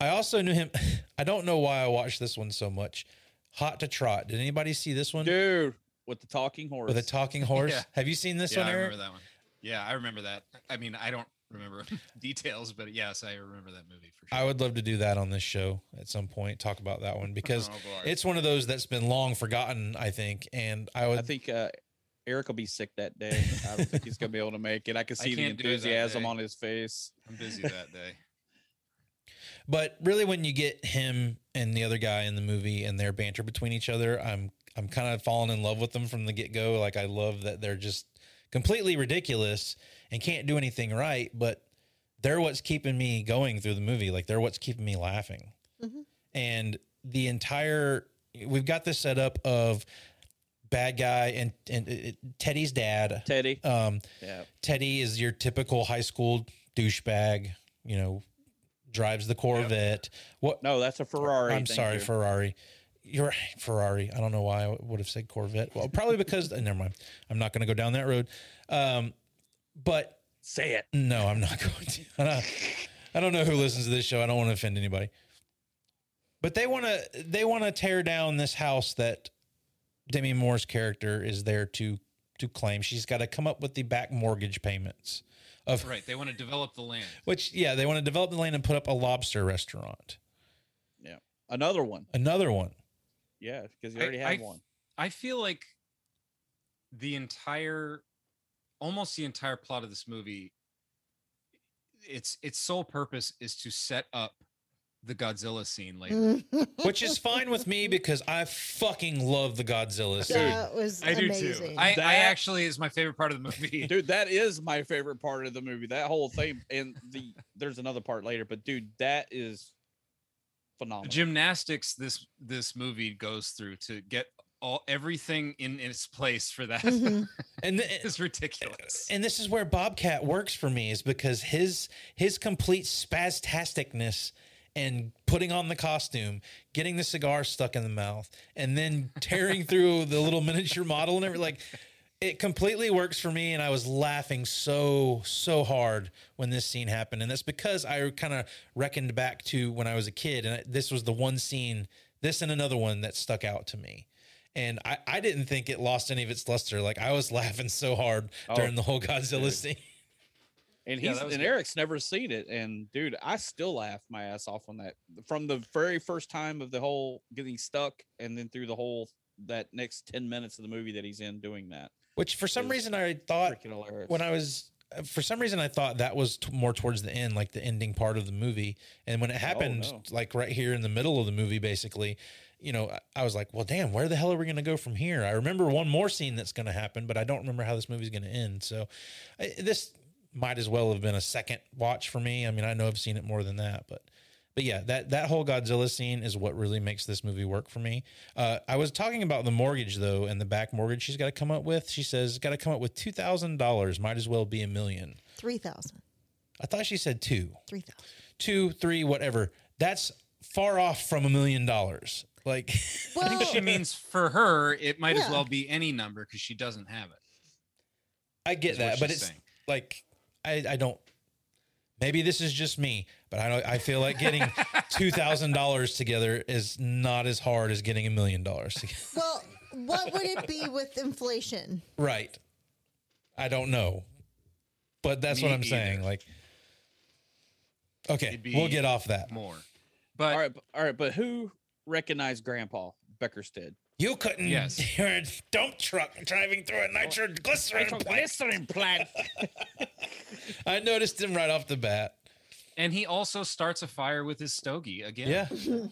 I also knew him. I don't know why I watched this one so much. Hot to Trot. Did anybody see this one Dude, with the talking horse. with a talking horse? Yeah. Have you seen this yeah, one, I Eric? remember that one. Yeah, I remember that. I mean, I don't remember details, but yes, I remember that movie for sure. I would love to do that on this show at some point. Talk about that one because Oh, Lord. it's one of those that's been long forgotten, I think. And I would I think uh, Eric will be sick that day. I don't think he's gonna be able to make it. I can I see the can't do that enthusiasm day. on his face. I'm busy that day. But really, when you get him and the other guy in the movie and their banter between each other, I'm I'm kind of falling in love with them from the get go. Like I love that they're just completely ridiculous and can't do anything right, but they're what's keeping me going through the movie. Like they're what's keeping me laughing. Mhm. And the entire we've got this setup of bad guy and and uh, Teddy's dad. Teddy. Um, Yeah. Teddy is your typical high school douchebag, you know, drives the Corvette. What? No, that's a Ferrari. I'm Thank sorry, you. Ferrari. You're right, Ferrari. I don't know why I would have said Corvette. Well, probably because, never mind. I'm not going to go down that road. Um, but Say it. no, I'm not going to. I don't, I don't know who listens to this show. I don't want to offend anybody. But they want to they want to tear down this house that Demi Moore's character is there to to claim. She's got to come up with the back mortgage payments of Right. They want to develop the land. which yeah, they want to develop the land and put up a lobster restaurant. Another one. Another one. Yeah, because you I- already I- had one. I feel like the entire, almost the entire plot of this movie, its its sole purpose is to set up the Godzilla scene later. Mm, Mm-hmm. Which is fine with me because I fucking love the Godzilla scene. that was I do amazing. too. I, I That- actually is my favorite part of the movie. dude that is my favorite part of the movie that whole thing and the there's another part later but dude that is The phenomenal gymnastics this this movie goes through to get all everything in its place for that Mhm. And th- is ridiculous. and this is where Bobcat works for me is because his his complete spastasticness and putting on the costume, getting the cigar stuck in the mouth, and then tearing through the little miniature model and everything like it completely works for me and I was laughing so so hard when this scene happened and that's because I kind of reckoned back to when I was a kid and I- this was the one scene this and another one that stuck out to me and I, I didn't think it lost any of its luster. Like I was laughing so hard during Oh, the whole Godzilla scene. And Yeah, he's that was and good. Eric's never seen it. And dude, I still laugh my ass off on that from the very first time of the whole getting stuck, and then through the whole that next ten minutes of the movie that he's in doing that. Which for some It was reason I thought Freaking hilarious. when I was for some reason I thought that was t- more towards the end, like the ending part of the movie. And when it happened, no. like right here in the middle of the movie, basically, you know, I, I was like, well, damn, where the hell are we going to go from here? I remember one more scene that's going to happen, but I don't remember how this movie's going to end. So I, this might as well have been a second watch for me. I mean, I know I've seen it more than that, but. But yeah, that, that whole Godzilla scene is what really makes this movie work for me. Uh, I was talking about the mortgage though, and the back mortgage she's got to come up with. She says got to come up with two thousand dollars. Might as well be a million. 3,000. I thought she said two, 3,000. two, three, whatever. That's far off from a million dollars. Like, I think she Well, means for her, it might as Yeah. well be any number because she doesn't have it. I get that, That's what but she's it's saying. like I, I don't. Maybe this is just me, but I don't, I feel like getting two thousand dollars together is not as hard as getting a million dollars together. well, what would it be with inflation? Right. I don't know. But that's Me what I'm either. saying. Like, okay, It'd be we'll get off that. More. But all right, b- all right, but who recognized Grandpa Beckerstead? You couldn't Yes. hear a dump truck driving through a nitroglycerin plant. plant. I noticed him right off the bat. and he also starts a fire with his stogie again. Yeah.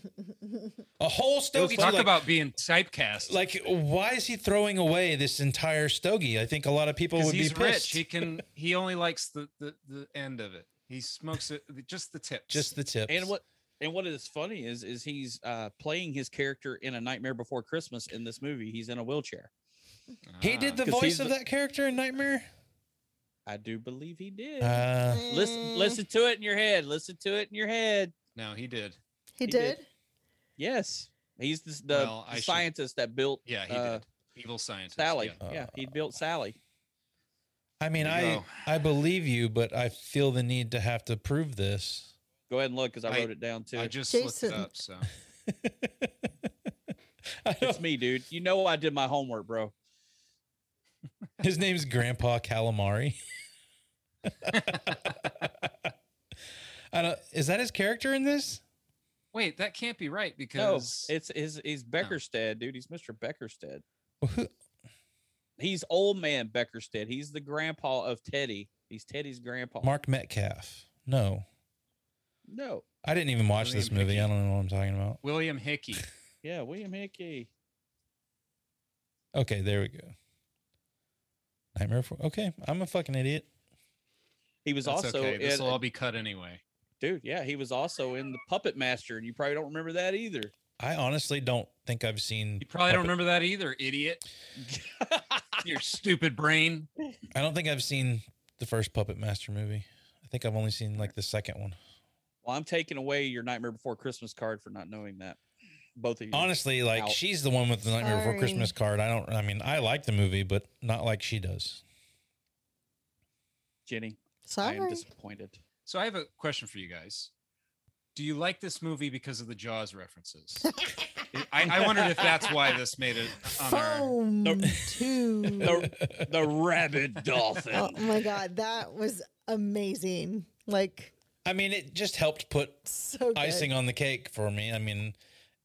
a whole stogie. Talk too, like, about being typecast. like, why is he throwing away this entire stogie? I think a lot of people because would he's be rich. pissed. He can. He only likes the, the the end of it. He smokes it just the tips. Just the tip. And what and what is funny is is he's uh playing his character in a Nightmare Before Christmas in this movie. He's in a wheelchair. he Uh, did the 'Cause he's voice of the- that character in Nightmare? I do believe he did. Uh, Mm, listen listen to it in your head. Listen to it in your head. No, he did. He, he did? did. Yes. He's the, the, Well, the I should- scientist that built Yeah, he uh, did. Evil scientist. Sally. yeah. Yeah. he built Sally. I mean, There I you go. I believe you, but I feel the need to have to prove this. Go ahead and look because I I- wrote it down too. I just Jason. looked it up. So I it's don't- me, dude. You know I did my homework, bro. his name's Grandpa Calamari. I don't, is that his character in this? wait, that can't be right No, because it's his he's Oh. Beckerstead, dude. He's Mr. Beckerstead. Who- He's old man Beckerstead. He's the grandpa of Teddy. He's Teddy's grandpa. Mark Metcalf. No, No. I didn't even watch this William movie. I don't know what I'm talking about. William Hickey. Yeah, William Hickey. Okay, there we go. Nightmare for okay. I'm a fucking idiot. He was That's also okay. This in, will all be cut anyway. dude, yeah, he was also in the Puppet Master, and you probably don't remember that either. I honestly don't think I've seen. You probably don't Puppet- remember that either, idiot. Your stupid brain. I don't think I've seen the first Puppet Master movie. I think I've only seen like the second one. Well, I'm taking away your Nightmare Before Christmas card for not knowing that. Both of you. Honestly, like out. she's the one with the Nightmare Before Sorry. Christmas card. I don't. I mean, I like the movie, but not like she does. Jenny, I am Sorry. disappointed. So I have a question for you guys. Do you like this movie because of the Jaws references? I, I wondered if that's why this made it on our Foam too. The, the rabid dolphin. Oh my god, that was amazing. Like I mean, it just helped put so good. icing on the cake for me. I mean,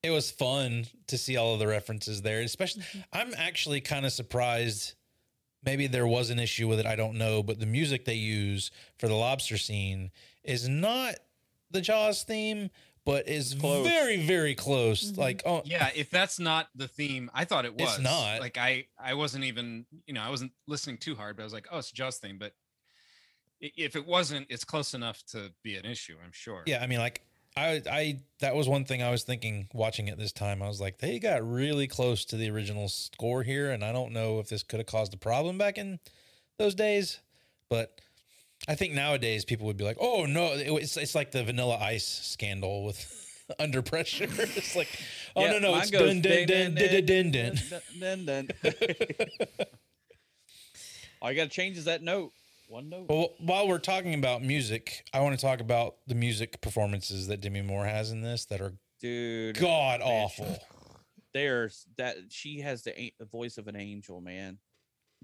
it was fun to see all of the references there. Especially, Mm-hmm. I'm actually kind of surprised. Maybe there was an issue with it. I don't know, but the music they use for the lobster scene is not the Jaws theme, but is Close. very, very close. Mm-hmm. Like, oh, yeah if that's not the theme i thought it was It's not. like i i wasn't even you know i wasn't listening too hard but i was like oh it's just theme but i- if it wasn't it's close enough to be an issue i'm sure Yeah, I mean, like I, I that was one thing I was thinking watching it this time. I was like, they got really close to the original score here, and I don't know if this could have caused a problem back in those days, but I think nowadays people would be like, oh no, it- it's it's like the Vanilla Ice scandal with. Under pressure, it's like, oh Yeah, no, no, mine it's goes dun dun dun dun dun dun. dun, dun, dun. All you got to change is that note. One note. Well, while we're talking about music, I want to talk about the music performances that Demi Moore has in this that are Dude. god awful. There's that she has the, a- the voice of an angel, man.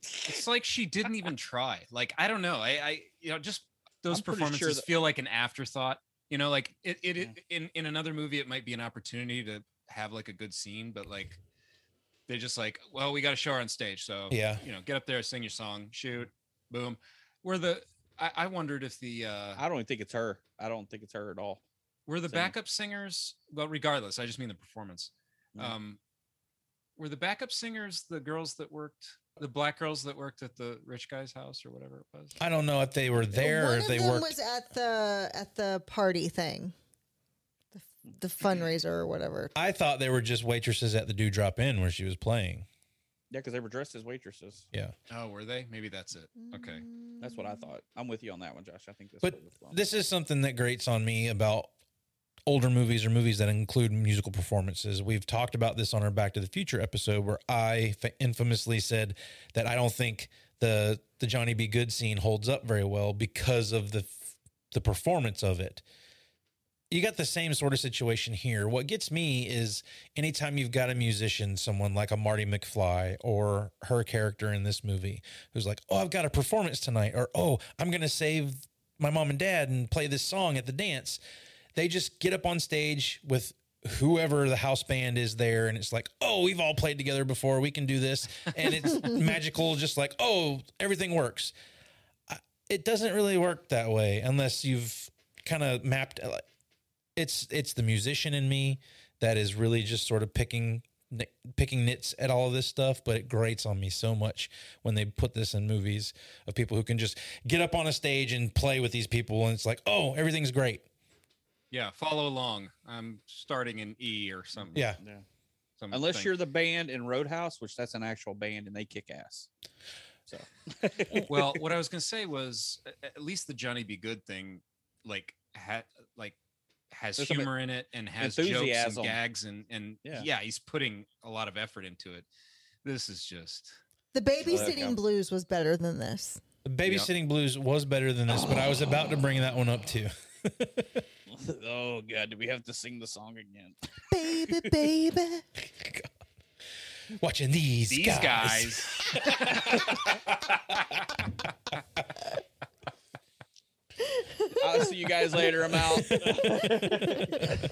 It's like she didn't even try. Like I don't know. I, I you know just those I'm pretty sure performances that- feel like an afterthought. You know, like it, it, it in in another movie it might be an opportunity to have like a good scene, but like they're just like, well, we got to show her on stage, so Yeah. you know, get up there, sing your song, shoot, boom. Where the I, I wondered if the uh I don't even think it's her. I don't think it's her at all. were the Same. backup singers well regardless i just mean the performance Mhm. um were the backup singers the girls that worked the black girls that worked at the rich guy's house or whatever it was I don't know if they were there One or if of they them worked. was at the at the party thing, the, the fundraiser or whatever. I thought they were just waitresses at the Dewdrop Inn where she was playing. Yeah, because they were dressed as waitresses. Yeah. oh were they maybe that's it okay That's what I thought. I'm with you on that one, Josh. I think that's But where it was from. This is something that grates on me about older movies or movies that include musical performances. We've talked about this on our Back to the Future episode where I fa- infamously said that I don't think the the Johnny B Good scene holds up very well because of the f- the performance of it. You got the same sort of situation here. What gets me is anytime you've got a musician, someone like a Marty McFly or her character in this movie, who's like, "Oh, I've got a performance tonight," or "Oh, I'm going to save my mom and dad and play this song at the dance." They just get up on stage with whoever the house band is there, and it's like, "Oh, we've all played together before. We can do this," and it's magical. Just like, "Oh, everything works." I- It doesn't really work that way unless you've kind of mapped. uh, It's it's the musician in me that is really just sort of picking ni- picking nits at all of this stuff but it grates on me so much when they put this in movies of people who can just get up on a stage and play with these people and it's like oh everything's great yeah follow along i'm starting in e or something yeah yeah. some Unless thing. you're the band in Roadhouse, which that's an actual band and they kick ass. So well what i was gonna say was a- at least the johnny b good thing like had like has There's some humor in it and has jokes enthusiasm. and gags and and Yeah. yeah he's putting a lot of effort into it this is just The babysitting Okay. blues was better than this. the babysitting blues was better than this but i was about to bring that one up too oh god, do we have to sing the song again? Baby, baby. watching these these guys, guys. I'll see you guys later. I'm out. this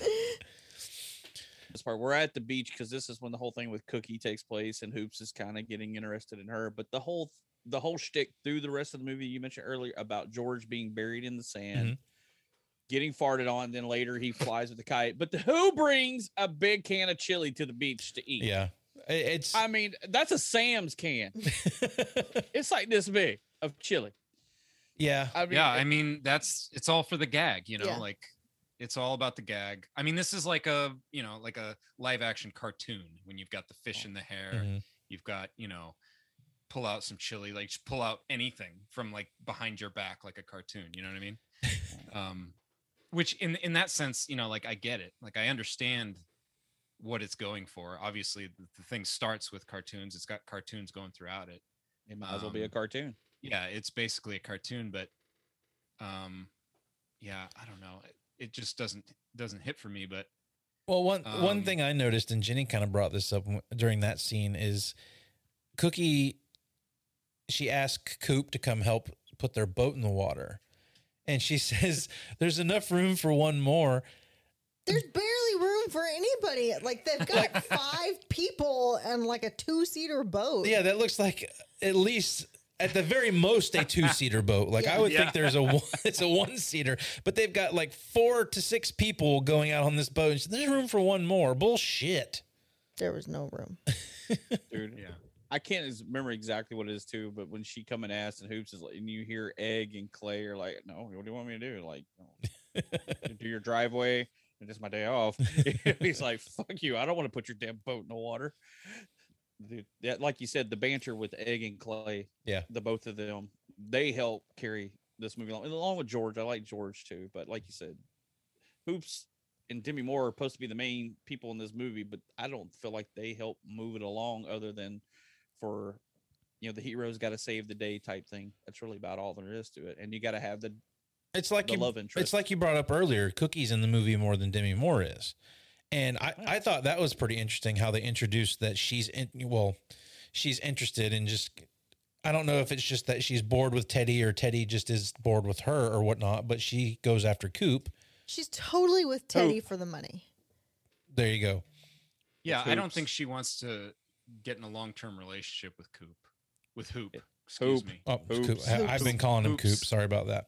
part, we're at the beach because this is when the whole thing with Cookie takes place, and Hoops is kind of getting interested in her. But the whole the whole shtick through the rest of the movie you mentioned earlier about George being buried in the sand. Mm-hmm. Getting farted on, then later he flies with a kite. But the, who brings a big can of chili to the beach to eat? yeah It- it's I mean, that's a Sam's can. it's like this big of chili. yeah I mean, yeah i mean that's it's all for the gag you know Yeah. like it's all about the gag i mean this is like a you know like a live action cartoon when you've got the fish in the hair Mhm. you've got you know pull out some chili like just pull out anything from like behind your back like a cartoon you know what i mean um which in in that sense you know like i get it like i understand what it's going for obviously the, the thing starts with cartoons it's got cartoons going throughout it it might as well be a um, cartoon. yeah it's basically a cartoon but um yeah i don't know It- it just doesn't doesn't hit for me but Well, one one Um, thing I noticed, and Jenny kind of brought this up w- during that scene, is Cookie. She asked Coop to come help put their boat in the water, and she says, "There's enough room for one more." There's barely room for anybody. Like they've got five people and like a two seater boat. Yeah, that looks like uh, at least. At the very most, a two-seater boat. Like I would think, there's a one, it's a one-seater, but they've got like four to six people going out on this boat. And she said, There's room for one more. Bullshit. There was no room. dude. Yeah. I can't ex- remember exactly what it is too, but when she come and asks and hoops is like, and you hear egg and clay are like, no, what do you want me to do? Like, no. do your driveway and just my day off. He's like, fuck you. I don't want to put your damn boat in the water. Dude, that, like you said, the banter with egg and clay. Yeah. The both of them, they help carry this movie along. And along with George, I like George too, but like you said, hoops and Demi Moore are supposed to be the main people in this movie, but I don't feel like they help move it along other than for you know the hero's got to save the day type thing. That's really about all there is to it, and you got to have the It's like the you love interest. It's like you brought up earlier. Cookie's in the movie more than Demi Moore is, And I, I thought that was pretty interesting how they introduced that she's in, well, she's interested in just. I don't know if it's just that she's bored with Teddy or Teddy just is bored with her or whatnot, but she goes after Coop. She's totally with Teddy for the money. There you go. Yeah, With I don't Hoops. think she wants to get in a long term relationship with Coop. With Hoop. Excuse Hoop. me. Oh, it's Coop. Oops. I, have been calling him Coop. Oops. Sorry about that.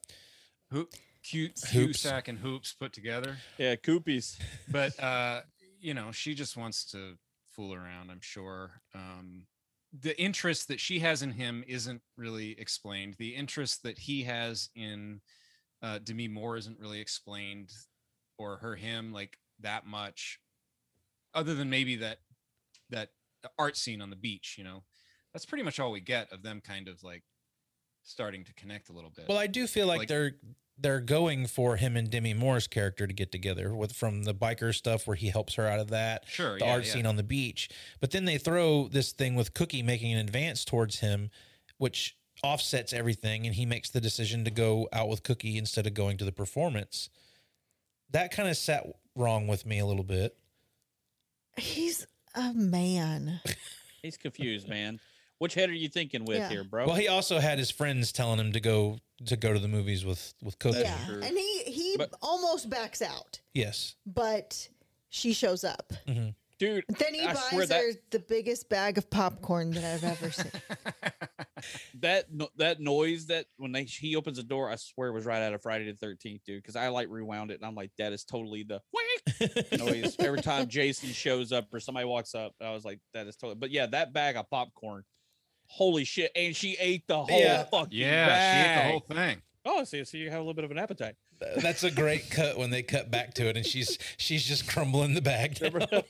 Hoop. Cute Hoops. Cusack and Hoops put together. Yeah, Coopies. But uh, you know, she just wants to fool around, I'm sure. Um the interest that she has in him isn't really explained. The interest that he has in uh Demi Moore isn't really explained or her him like that much other than maybe that that uh, art scene on the beach, you know. That's pretty much all we get of them kind of like starting to connect a little bit. Well, I do feel like, Like- they're they're going for him and Demi Moore's character to get together with from the biker stuff where he helps her out of that. sure, the yeah, art yeah. scene on the beach. But then they throw this thing with Cookie making an advance towards him, which offsets everything, and he makes the decision to go out with Cookie instead of going to the performance. That kind of sat wrong with me a little bit. He's a man. He's confused, man. Which head are you thinking with Yeah. here, bro? Oh. Well, he also had his friends telling him to go to go to the movies with with Cookie. yeah. true. And he he But- almost backs out, Yes. but she shows up. Dude, Then he I buys swear her that- the biggest bag of popcorn that I've ever seen. that no- that noise that when they, he opens the door, I swear was right out of Friday the Thirteenth, dude. Because I like rewound it, and I'm like, that is totally the noise every time Jason shows up or somebody walks up. I was like, that is totally. But yeah, that bag of popcorn, holy shit! And she ate the whole Yeah. fucking yeah, she ate the bag. whole thing. oh, see, so you have a little bit of an appetite. That's a great cut when they cut back to it, and she's she's just crumbling the bag. down.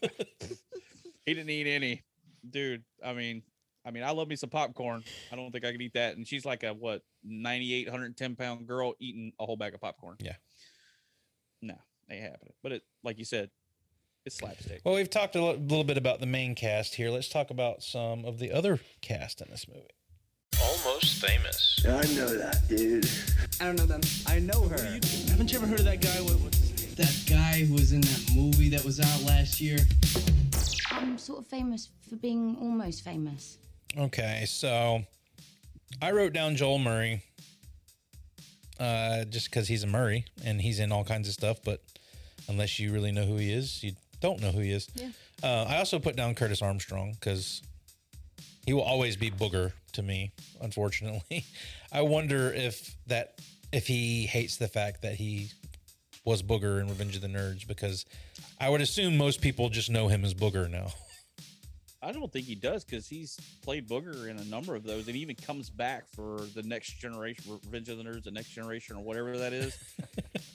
he didn't eat any, dude. I mean, I mean, I love me some popcorn. I don't think I could eat that. And she's like a what 98, 110 pound girl eating a whole bag of popcorn. Yeah. No, ain't happening. But it, like you said, it's slapstick. Well, we've talked a lo- little bit about the main cast here. Let's talk about some of the other cast in this movie. Almost famous. I know that dude. I don't know them. I know her. Haven't you ever heard of that guy? What, what's his name? That guy who was in that movie that was out last year. I'm sort of famous for being almost famous. Okay, so I wrote down Joel Murray, uh, just because he's a Murray and he's in all kinds of stuff. But unless you really know who he is, you don't know who he is. Yeah. Uh, I also put down Curtis Armstrong because he will always be booger to me. Unfortunately, I wonder if that if he hates the fact that he was booger in Revenge of the Nerds because I would assume most people just know him as booger now. I don't think he does because he's played Booger in a number of those, and even comes back for the next generation, Revenge of the Nerds, the next generation, or whatever that is.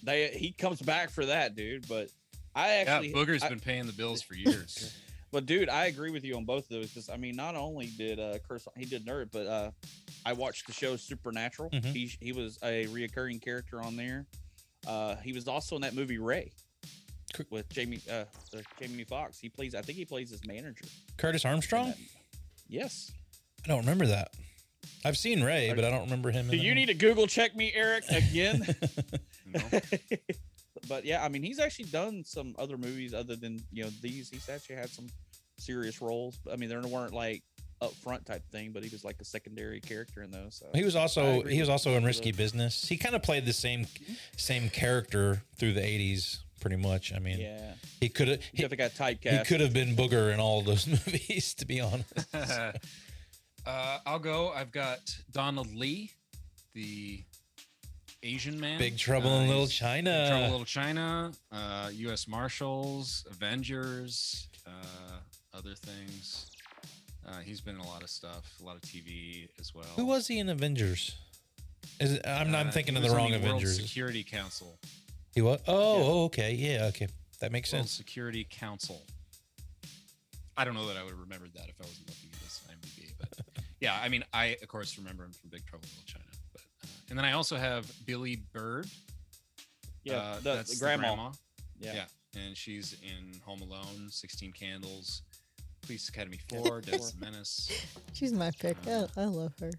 they he comes back for that, dude. But I actually yeah, Booger's I- been paying the bills for years. But dude, I agree with you on both of those because I mean, not only did uh, Curse he did nerd, but uh, I watched the show Supernatural. Mhm. He he was a reoccurring character on there. Uh, he was also in that movie Ray Cur- with Jamie uh, uh, Jamie Fox. He plays, I think he plays his manager. in Curtis Armstrong. that- Yes. I don't remember that. I've seen Ray, but I don't remember him. Do in you that need to Google check me, Eric, again? you know? but yeah, I mean, he's actually done some other movies other than you know these. He's actually had some serious roles. I mean, they weren't like upfront type thing, but he was like a secondary character in those. So. movie. He was I also agree he was with also in both of Risky those. Business. He kind of played the same same character through the '80s, pretty much. I mean, yeah, he could have he he, definitely got he typecast. could have been Booger in all those movies, to be honest. uh, I'll go. I've got Donald Lee, the Asian man. Big Trouble in Uh, Little he's Big Trouble in China. Little China, uh, U.S. Marshals, Avengers, uh, other things. Uh, he's been in a lot of stuff, a lot of TV as well. Who was he in Avengers? Is it, I'm Uh, I'm thinking he of the was on wrong World Avengers. Security Council. he was. Oh, Yeah. oh, okay, yeah, okay, that makes World sense. Security Council. I don't know that I would have remembered that if I wasn't looking at this IMDb, but yeah, I mean, I of course remember him from Big Trouble in Little China, but uh, and then I also have Billy Bird. yeah, uh, the, the that's grandma. Yeah. Yeah. and she's in Home Alone, Sixteen Candles, Police Academy Four, Deadly Menace. She's my pick. I, I love her.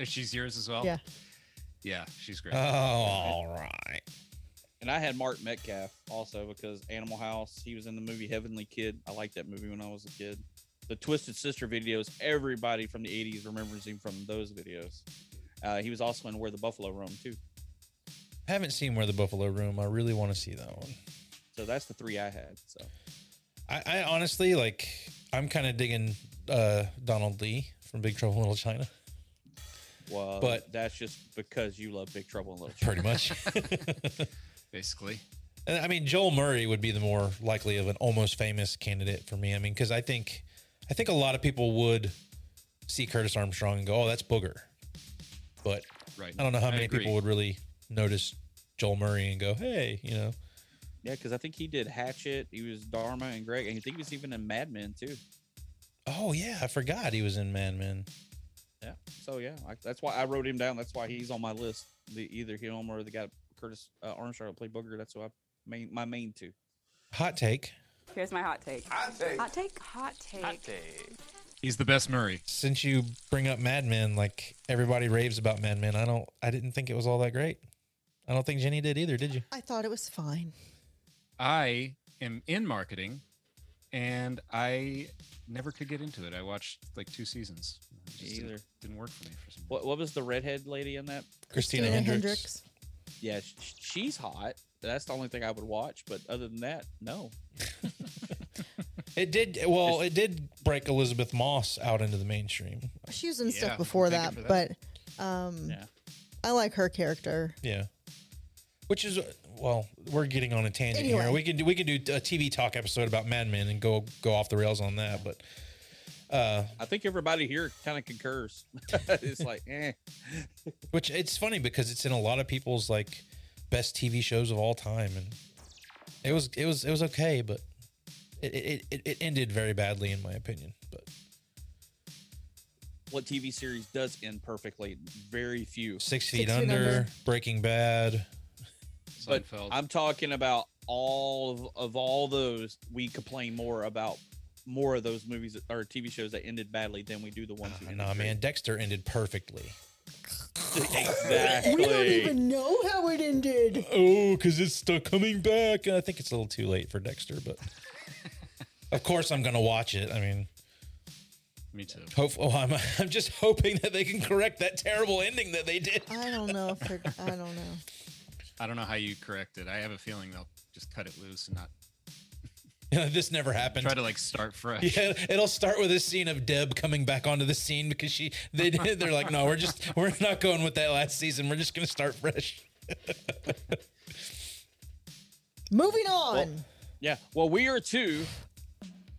Uh, She's yours as well. Yeah. Uh, yeah, she's great. Oh, all right. And I had Mark Metcalf also because Animal House. He was in the movie Heavenly Kid. I liked that movie when I was a kid. The Twisted Sister videos. Everybody from the '80s remembers him from those videos. Uh, he was also in Where the Buffalo Roam too. I haven't seen Where the Buffalo Room. I really want to see that one. So that's the three I had. So I, I honestly like. I'm kind of digging uh, Donald Lee from Big Trouble in Little China. Well, But- but that's just because you love Big Trouble in Little China. Pretty much. basically. And, I mean, Joel Murray would be the more likely of an almost famous candidate for me. I mean, because I think, I think a lot of people would see Curtis Armstrong and go, "Oh, that's Booger," but Right. I don't know how many agree. people would really notice Joel Murray and go, "Hey, you know." Yeah, because I think he did Hatchet. He was Dharma and Greg, and I think he was even in Mad Men too. Oh yeah, I forgot he was in Mad Men. Yeah. So yeah, I, that's why I wrote him down. That's why he's on my list. The either him or the guy Curtis uh, Armstrong that played Booger. That's what I main my main two. Hot take. Here's my hot take. Hot take. Hot take. Hot take. He's the best Murray. Since you bring up Mad Men, like everybody raves about Mad Men, I don't. I didn't think it was all that great. I don't think Jenny did either. Did you? I thought it was fine. I am in marketing and I never could get into it. I watched like two seasons. It just didn't- Either. Didn't work for me for some What what was the redhead lady in that? Christina, Hendricks. Yeah, sh- sh- she's hot. That's the only thing I would watch. But other than that, no. It did well. It did break Elizabeth Moss out into the mainstream. She was in Yeah, stuff before thank that, you for but um, Yeah. I like her character. Yeah, which is well, we're getting on a tangent here. Anyway. We can do, we can do a TV talk episode about Mad Men and go go off the rails on that. But uh, I think everybody here kind of concurs. it's like, eh. which it's funny because it's in a lot of people's like best TV shows of all time, and it was it was it was okay, but it it, it, it ended very badly in my opinion. But What TV series does end perfectly? Very few. Six Feet, Feet under, Under. Breaking Bad, reason. But Seinfeld. I'm talking about all of, of all those. We complain more about more of those movies that- or TV shows that ended badly than we do the ones. who Uh, Oh, ended nah, great. man, Dexter ended perfectly. exactly. We don't even know how it ended. oh, because it's still coming back. And I think it's a little too late for Dexter, but of course I'm going to watch it. I mean, me too. hope, oh, I'm, I'm just hoping that they can correct that terrible ending that they did. I don't know if they're, I don't know. I don't know how you correct it. I have a feeling they'll just cut it loose and not this never happened. try to like start fresh. Yeah, it'll start with a scene of Deb coming back onto the scene because she they did they're like, no, we're just we're not going with that last season. We're just gonna start fresh. Moving on. Yeah. Well, we are two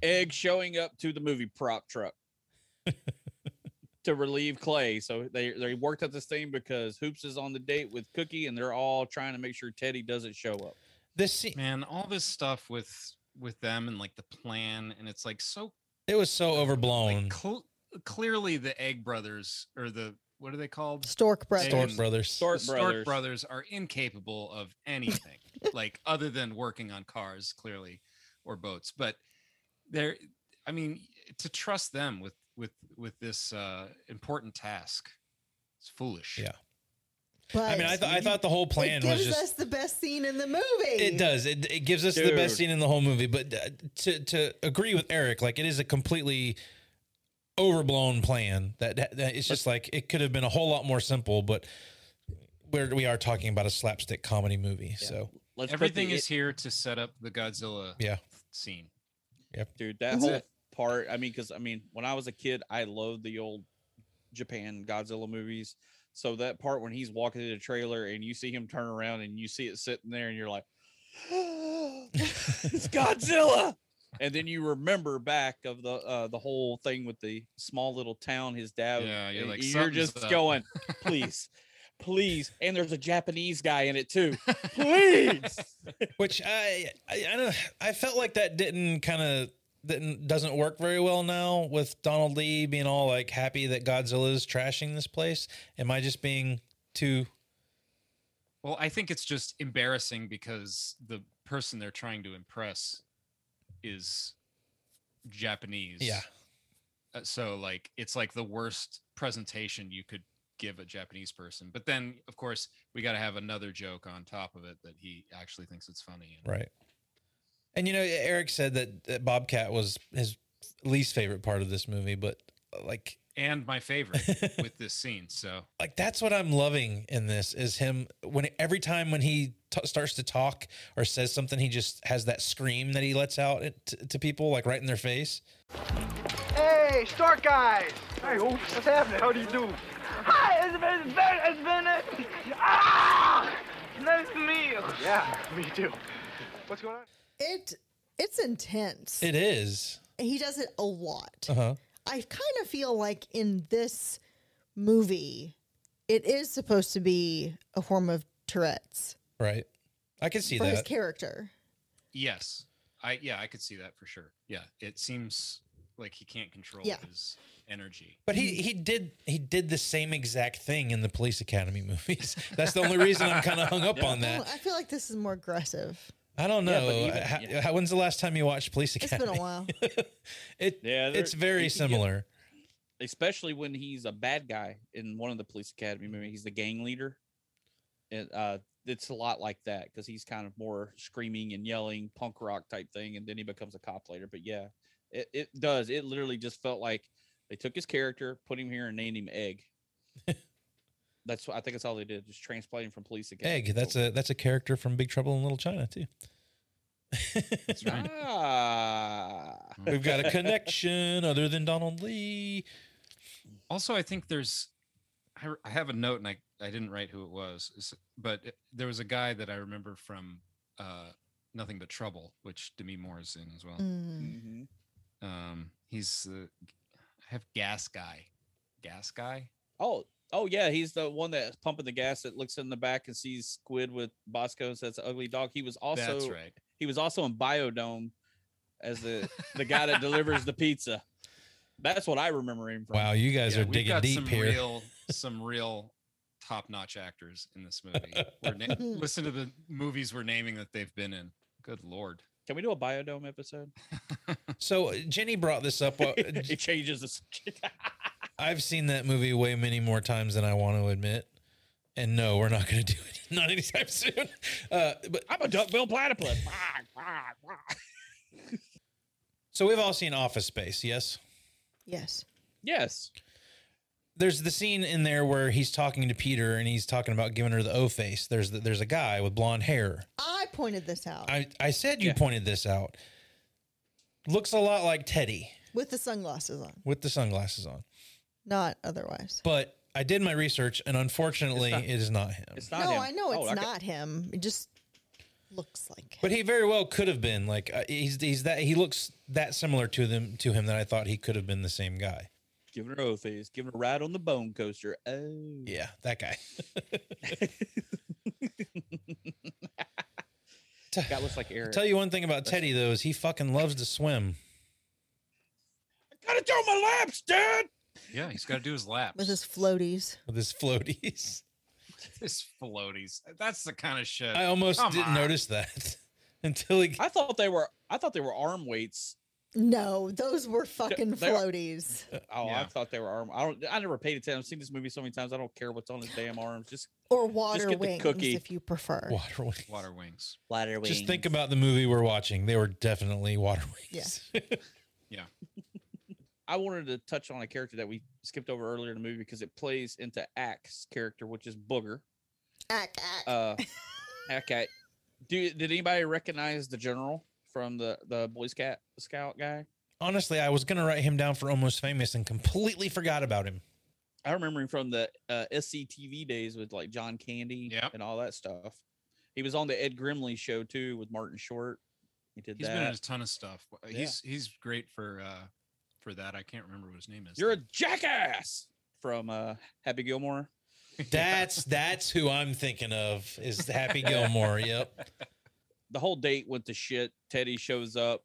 egg showing up to the movie prop truck to relieve Clay. So they they worked out this thing because Hoops is on the date with Cookie, and they're all trying to make sure Teddy doesn't show up. This scene Man, all this stuff with with them and like the plan and it's like so it was so overblown. Mm. like cl- clearly the Egg Brothers or the what are they called? Stork Brothers. Stork Brothers. Stark the brothers. Stork brothers are incapable of anything, like other than working on cars, clearly, or boats. But they're, I mean, to trust them with with with this uh, important task, it's foolish. Yeah. But I mean, I, th- I thought the whole plan it gives was just us the best scene in the movie. It does. It, it gives us the best Dude. scene in the whole movie. But uh, to to agree with Eric, like it is a completely overblown plan. That, that, that it's just like it could have been a whole lot more simple. But we're we are talking about a slapstick comedy movie, so Let's put the Everything is it- here to set up the Godzilla yeah. scene. dude. That That's whole it. part. I mean, because I mean, when I was a kid, I loved the old Japan Godzilla movies. So that part when he's walking to the trailer and you see him turn around and you see it sitting there and you're like, it's Godzilla. And then you remember back of the uh, the whole thing with the small little town his dad. Yeah, you're and like, you're "Something's just up." going, please, please. And there's a Japanese guy in it too. Please. Which I I I, don't, I felt like that didn't kind of didn't doesn't work very well now with Donald Lee being all like happy that Godzilla is trashing this place. Am I just being too? Well, I think it's just embarrassing because the person they're trying to impress is Japanese. Yeah. Uh, so like it's like the worst presentation you could give a Japanese person. But then, of course, we got to have another joke on top of it that he actually thinks it's funny. And Right. And you know, Eric said that, that Bobcat was his least favorite part of this movie, but uh, like and my favorite with this scene. So like that's what I'm loving in this is him when every time when he t- starts to talk or says something, he just has that scream that he lets out it t- to people like right in their face. Hey, Stark guys! Hey, Oops, what's happening? How do you do? Hi, it's been, it's been, it's been a, ah, nice to meet you. Yeah, me too. What's going on? It it's intense. It is. And he does it a lot. Uh huh. I kind of feel like in this movie, it is supposed to be a form of Tourette's Right. I can see for his that. character. yes, I yeah I could see that for sure. Yeah, it seems like he can't control Yeah. his energy. But he he did he did the same exact thing in the Police Academy movies. That's the only reason I'm kind of hung up Yeah. on I, that. don't- I feel like this is more aggressive. I don't Yeah, know. but even- how, yeah. how- when's the last time you watched Police It's been Academy? a while. It Yeah, they're- it's very you can get- similar. especially when he's a bad guy in one of the police academy movies. He's the gang leader, and uh, it's a lot like that because he's kind of more screaming and yelling, punk rock type thing, and then he becomes a cop later. But yeah, it, it does. It literally just felt like they took his character, put him here, and named him Egg. that's what I think that's all they did, just transplanting from police academy. Egg. That's a that's a character from Big Trouble in Little China too. That's Oh, right. Ah. We've got a connection other than Donald Lee. Also, I think there's, I, r- I have a note and I, I didn't write who it was, s- but it- there was a guy that I remember from uh, Nothing But Trouble, which Demi Moore is in as well. Mm. Mhm. Um, he's the, I have Gas Guy. Gas Guy? Oh, oh yeah, he's the one that's pumping the gas that looks in the back and sees Squid with Bosco and says ugly dog. He was also That's right. he was also in Biodome as the the guy that delivers the pizza. That's what I remember him from. Wow, you guys Yeah, are we've digging got deep some here. Real, some real top-notch actors in this movie. We're na- listen to the movies we're naming that they've been in. Good lord. Can we do a Biodome episode? So Jenny brought this up. Uh, It changes the subject. I've seen that movie way many more times than I want to admit. And no, we're not going to do it. Not anytime soon. Uh, but I'm a duckbill platypus. so we've all seen Office Space, yes? Yes. yes. There's the scene in there where he's talking to Peter and he's talking about giving her the O face. There's the, there's a guy with blonde hair. I pointed this out I, I said you Yeah. pointed this out. Looks a lot like Teddy with the sunglasses on, with the sunglasses on. not otherwise. But I did my research and unfortunately not- it is not him. It's No, not him. I know Oh, it's okay. not him. It just looks like him. But he very well could have been like uh, he's he's that he looks that similar to them to him that I thought he could have been the same guy. Giving her oath is giving her a ride on the bone coaster. Oh. Yeah, that guy. That looks like Eric. Tell you one thing about Teddy though is he fucking loves to swim. I gotta do my laps, dude. Yeah, he's got to do his laps. with his floaties. With his floaties, His floaties. That's the kind of shit. I almost Come didn't on. notice that until he. I thought they were I thought they were arm weights. No, those were fucking they are- floaties. Oh, I Yeah. thought they were arm. I don't. I never paid attention. I've seen this movie so many times. I don't care what's on his damn arms. Just Or water get the wings cookie. if you prefer. Water wings. Water wings. flatter Just think about the movie we're watching. They were definitely water wings. I wanted to touch on a character that we skipped over earlier in the movie because it plays into Axe character, which is Booger. Ack, ack. Uh, okay. Do did anybody recognize the general from the the Boy Scout Scout guy? Honestly, I was gonna write him down for almost famous and completely forgot about him. I remember him from the uh, SCTV days with like John Candy Yep. and all that stuff. He was on the Ed Grimley show too with Martin Short. He did He's that. been in a ton of stuff. Yeah. He's he's great for uh for that. I can't remember what his name is. You're a jackass from uh, Happy Gilmore. That's that's who I'm thinking of is Happy Gilmore. Yep. The whole date went to shit. Teddy shows up,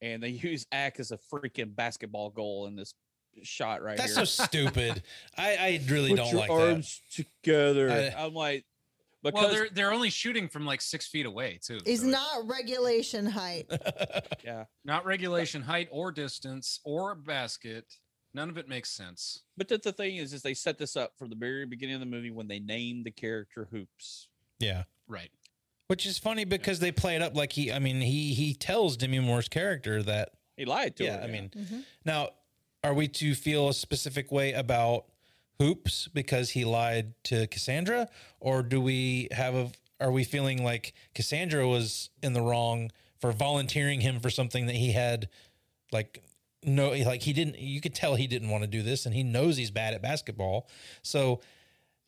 and they use Ack as a freaking basketball goal in this shot right That's here. so stupid. I, I really don't like together. I- I'm like, because well, they're they're only shooting from like six feet away too. Is so it's not regulation height. that. yeah, not regulation height or distance or basket. None of it makes sense. But that's the thing is, is they set this up from the very beginning of the movie when they named the character Hoops. Yeah. Right. Which is funny because they play it up like he. I mean, he he tells Demi Moore's character that He lied to yeah, her. I mean, Mm-hmm. now are we to feel a specific way about Hoops because he lied to Cassandra, or do we have a? Are we feeling like Cassandra was in the wrong for volunteering him for something that he had, like no, like he didn't. You could tell he didn't want to do this, and he knows he's bad at basketball. So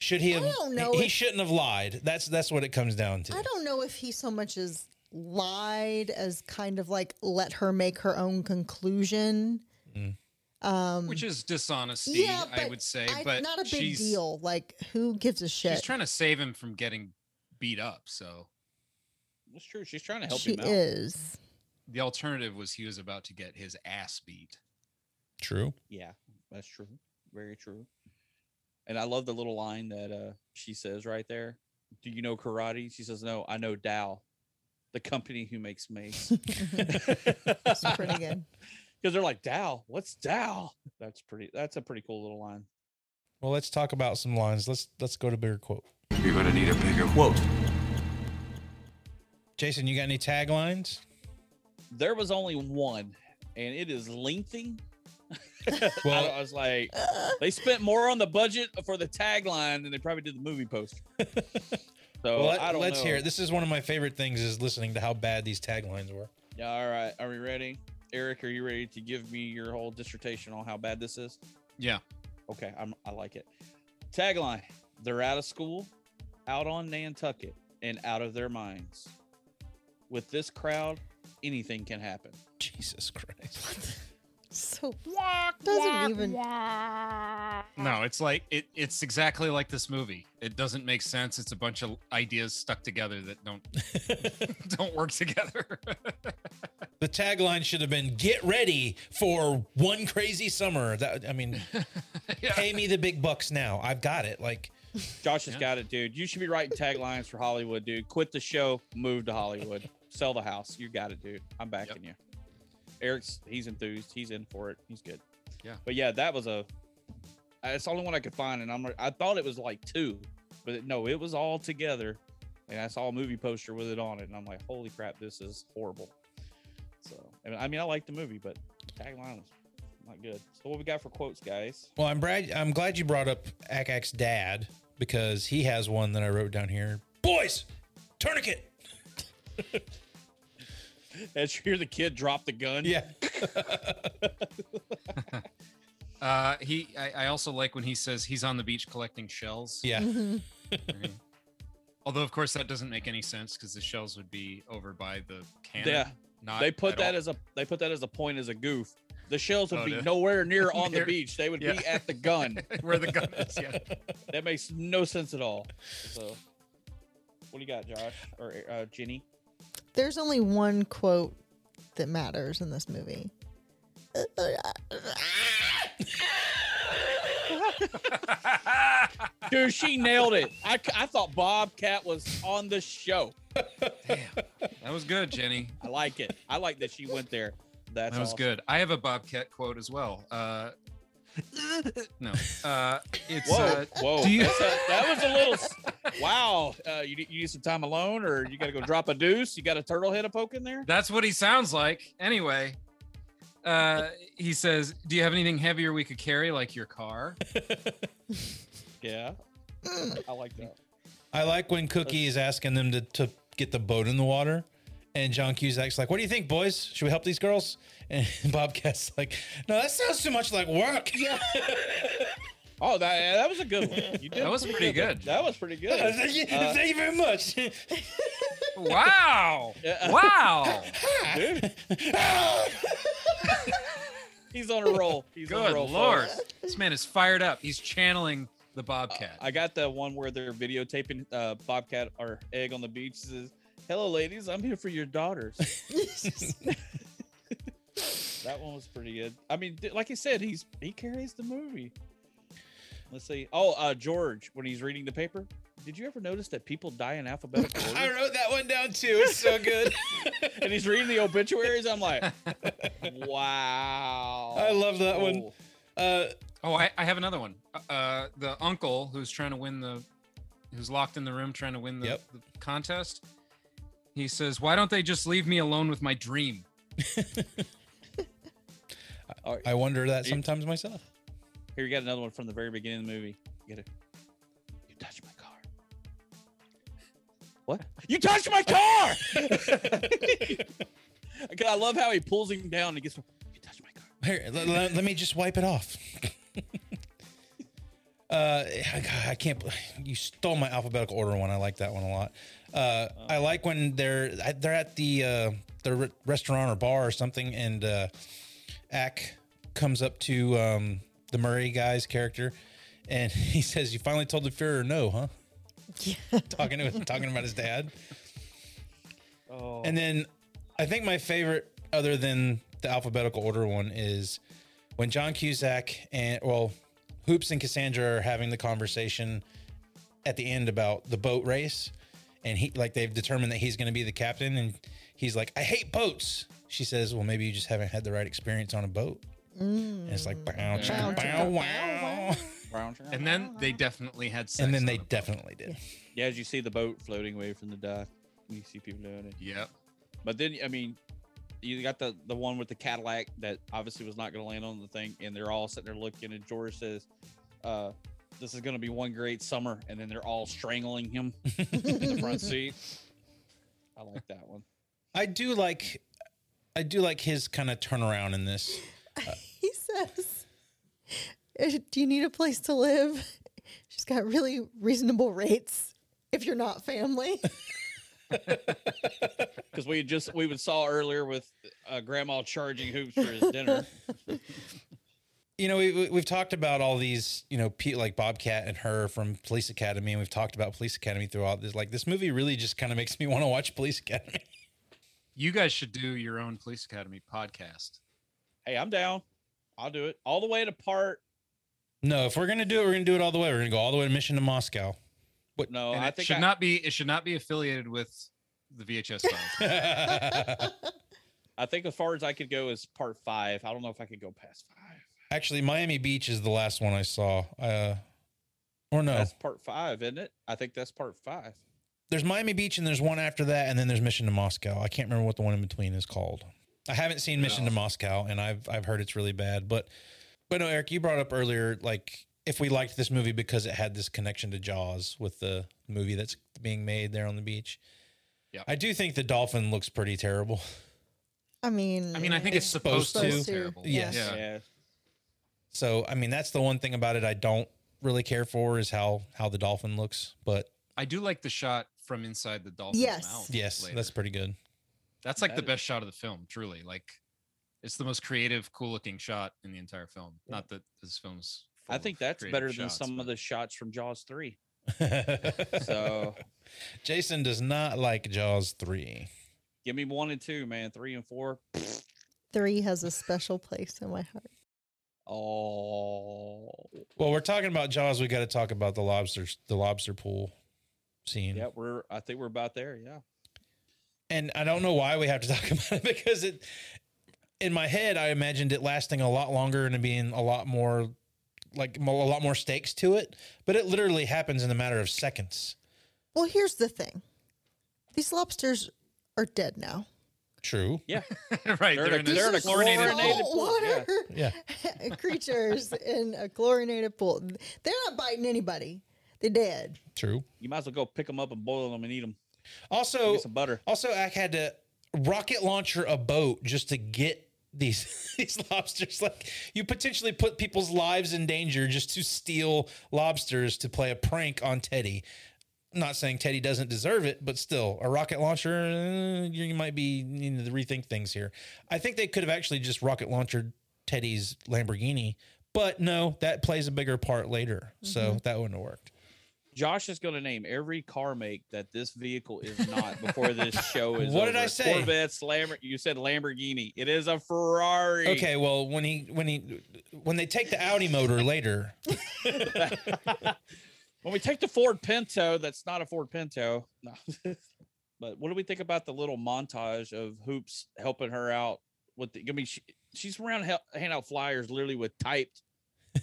should he have? don't know he, he if- shouldn't have lied. That's that's what it comes down to. I don't know if he so much as lied as kind of like let her make her own conclusion. Mm. Um, Which is dishonesty, yeah, I but would say. I- but not a big she's, deal. Like, who gives a shit? She's trying to save him from getting beat up. So That's true. She's trying to help she him out. is. the alternative was he was about to get his ass beat. True. Yeah, that's true. Very true. And I love the little line that uh, she says right there. Do you know karate? She says, No, I know Dow, the company who makes mace. It's pretty good. Because they're like, Dow, what's Dow? That's pretty, that's a pretty cool little line. Well, let's talk about some lines. Let's let's go to bigger quote. You're gonna need a bigger quote. Jason, you got any taglines? There was only one, and it is lengthy. Well- I, I was like, they spent more on the budget for the tagline than they probably did the movie poster. So well, let, I don't us know. hear it. This is one of my favorite things is listening to how bad these taglines were. Yeah, all right. Are we ready? Eric, are you ready to give me your whole dissertation on how bad this is? Yeah. Okay, I'm I like it. Tagline. They're out of school, out on Nantucket, and out of their minds. With this crowd, anything can happen. Jesus Christ. So doesn't even. No, it's like it, it's exactly like this movie. It doesn't make sense. It's a bunch of ideas stuck together that don't don't work together. The tagline should have been "Get ready for one crazy summer." That I mean, pay me the big bucks now. I've got it. Like, Josh has got it, dude. You should be writing taglines for Hollywood, dude. Quit the show, move to Hollywood, sell the house. You got it, dude. I'm backing you. Eric's he's enthused. He's in for it. He's good. Yeah. But yeah, that was a. uh, It's the only one I could find, and I'm like- I thought it was like two, but it, no, it was all together, and I saw a movie poster with it on it, and I'm like, holy crap, this is horrible. So, I mean, I, mean, I like the movie, but tagline was not good. So, what we got for quotes, guys? well, I'm Brad. I'm glad you brought up Akak's dad because he has one that I wrote down here. Boys, tourniquet. As you hear the kid drop the gun, Yeah. Uh, he, I, I also like when he says he's on the beach collecting shells. Yeah. Mhm. Right. Although, of course, that doesn't make any sense because the shells would be over by the cannon. Yeah. not they put at that all. as a they put that as a point as a goof. The shells would Oh, be no. nowhere near on the Near- beach. They would yeah. be at the gun. where the gun is. Yeah. that makes no sense at all. So, what do you got, Josh or uh, Jenny? There's only one quote that matters in this movie. Dude, she nailed it. I, c- I thought Bobcat was on the show. That was good, Jenny. I like it. I like that she went there. That's that was awesome. good. I have a Bobcat quote as well. Uh, no, uh, it's Whoa, uh, whoa! do you- That's a- that was a little. s- Wow, uh, you, need- you need some time alone, or you got to go drop a deuce. You got a turtle head a poke in there. That's what he sounds like. Anyway, uh, he says, "Do you have anything heavier we could carry, like your car?" Yeah, I like that. I like when Cookie is asking them to, to get the boat in the water. And John Cusack's like, What do you think, boys? Should we help these girls? And Bobcat's like, No, that sounds too much like work. Oh, that that was a good one. You did That was pretty good. That was pretty good. thank, you, Uh, thank you very much. Wow! Yeah. Wow! dude. He's on a roll. He's on a Good roll. lord, folks. Uh, this man is fired up. He's channeling the Bobcat. I got the one where they're videotaping uh, Bobcat or Egg on the beach. He says, "Hello, ladies. I'm here for your daughters." that one was pretty good. I mean, th- like I said, he's he carries the movie. Let's see. Oh, uh, George, when he's reading the paper, did you ever notice that people die in alphabetical order? I wrote that one down too. It's so good. and he's reading the obituaries. I'm like, wow. I love that one. Cool. Uh, oh, I, I have another one. Uh, the uncle who's trying to win the, who's locked in the room trying to win the, Yep. the contest. He says, "Why don't they just leave me alone with my dream?" I wonder that It- sometimes myself. Here you got another one from the very beginning of the movie. Get it. You touched my car. What? You touched my car! Okay, I love how he pulls him down and gets. Here, let, let- let me just wipe it off. uh, I, I can't. bel- You stole my alphabetical order one. I like that one a lot. Uh, I like when they're I- they're at the uh, the re- restaurant or bar or something, and uh, Ack comes up to um, the Murray guy's character, and he says, "You finally told the Führer no, huh?" Yeah. talking to talking about his dad. Oh. And then I think my favorite, other than the alphabetical order one, is when John Cusack and, well, Hoops and Cassandra are having the conversation at the end about the boat race. And he, like, they've determined that he's going to be the captain. And he's like, I hate boats. She says, Well, maybe you just haven't had the right experience on a boat. And it's like, Mm. bow, chicka, bow, wow. And then they definitely had sex. And then they definitely did. Yeah, as you see the boat floating away from the dock, you see people doing it. Yeah. But then, I mean, you got the the one with the Cadillac that obviously was not going to land on the thing, and they're all sitting there looking. And George says, uh, "This is going to be one great summer," and then they're all strangling him in the front seat. I like that one. I do like, I do like his kind of turnaround in this. He says, "Uh, Do you need a place to live? She's got really reasonable rates if you're not family. because we had just we would saw earlier with uh, grandma charging hoops for his dinner. you know, we, we- we've talked about all these, you know, pe- like Bobcat and her from Police Academy, and we've talked about Police Academy throughout this. Like, this movie really just kind of makes me want to watch Police Academy. You guys should do your own Police Academy podcast. hey, I'm down. I'll do it all the way to part. No, if we're gonna do it, we're gonna do it all the way. We're gonna go all the way to Mission to Moscow. What? No, and Oh, I it think should I- not be. It should not be affiliated with the VHS file. I think as far as I could go is part five. I don't know if I could go past five. Actually, Miami Beach is the last one I saw. Uh, or no, That's part five, isn't it? I think that's part five. there's Miami Beach, and there's one after that, and then there's Mission to Moscow. I can't remember what the one in between is called. I haven't seen Mission to Moscow, and I've I've heard it's really bad. But but no, Eric, you brought up earlier like if we liked this movie because it had this connection to Jaws with the movie that's being made there on the beach. Yeah. I do think the dolphin looks pretty terrible. I mean, I mean, I think it's supposed, to. Yes. So I mean, that's the one thing about it I don't really care for is how how the dolphin looks. But I do like the shot from inside the dolphin's Yes. mouth. yes, later. that's pretty good. That's like That the is- best shot of the film, truly. Like, it's the most creative, cool looking shot in the entire film. Not that this film's. full I of think that's creative better than shots, some but- of the shots from Jaws three. So Jason does not like Jaws three. give me one and two, man. Three and four. Three has a special place in my heart. Oh, Well, we're talking about Jaws. We got to talk about the lobster, the lobster pool scene. yeah. We're I think we're about there. Yeah. And I don't know why we have to talk about it because it, in my head, I imagined it lasting a lot longer and it being a lot more, like mo- a lot more stakes to it. But it literally happens in a matter of seconds. Well, here's the thing these lobsters are dead now. True. Yeah. right. They're in a- this they're in a chlorinated pool. chlorinated pool. Water Yeah. creatures in a chlorinated pool. They're not biting anybody. They're dead. True. You might as well go pick them up and boil them and eat them. Also, Get some butter. also, Ack had to rocket launcher a boat just to get these these lobsters. Like you potentially put people's lives in danger just to steal lobsters to play a prank on Teddy. Not saying Teddy doesn't deserve it, but still, a rocket launcher, uh, you you might be needing to rethink things here. I think they could have actually just rocket launched Teddy's Lamborghini, but no, that plays a bigger part later. So that wouldn't have worked. Josh is going to name every car make that this vehicle is not before this show is. What did over. I say? Corvettes, Lamborghini. You said Lamborghini. It is a Ferrari. Okay, well, when he when he when they take the Audi motor later, When we take the Ford Pinto, that's not a Ford Pinto. No. but what do we think about the little montage of Hoops helping her out with the? I mean, she, she's around hel- hand out flyers literally with typed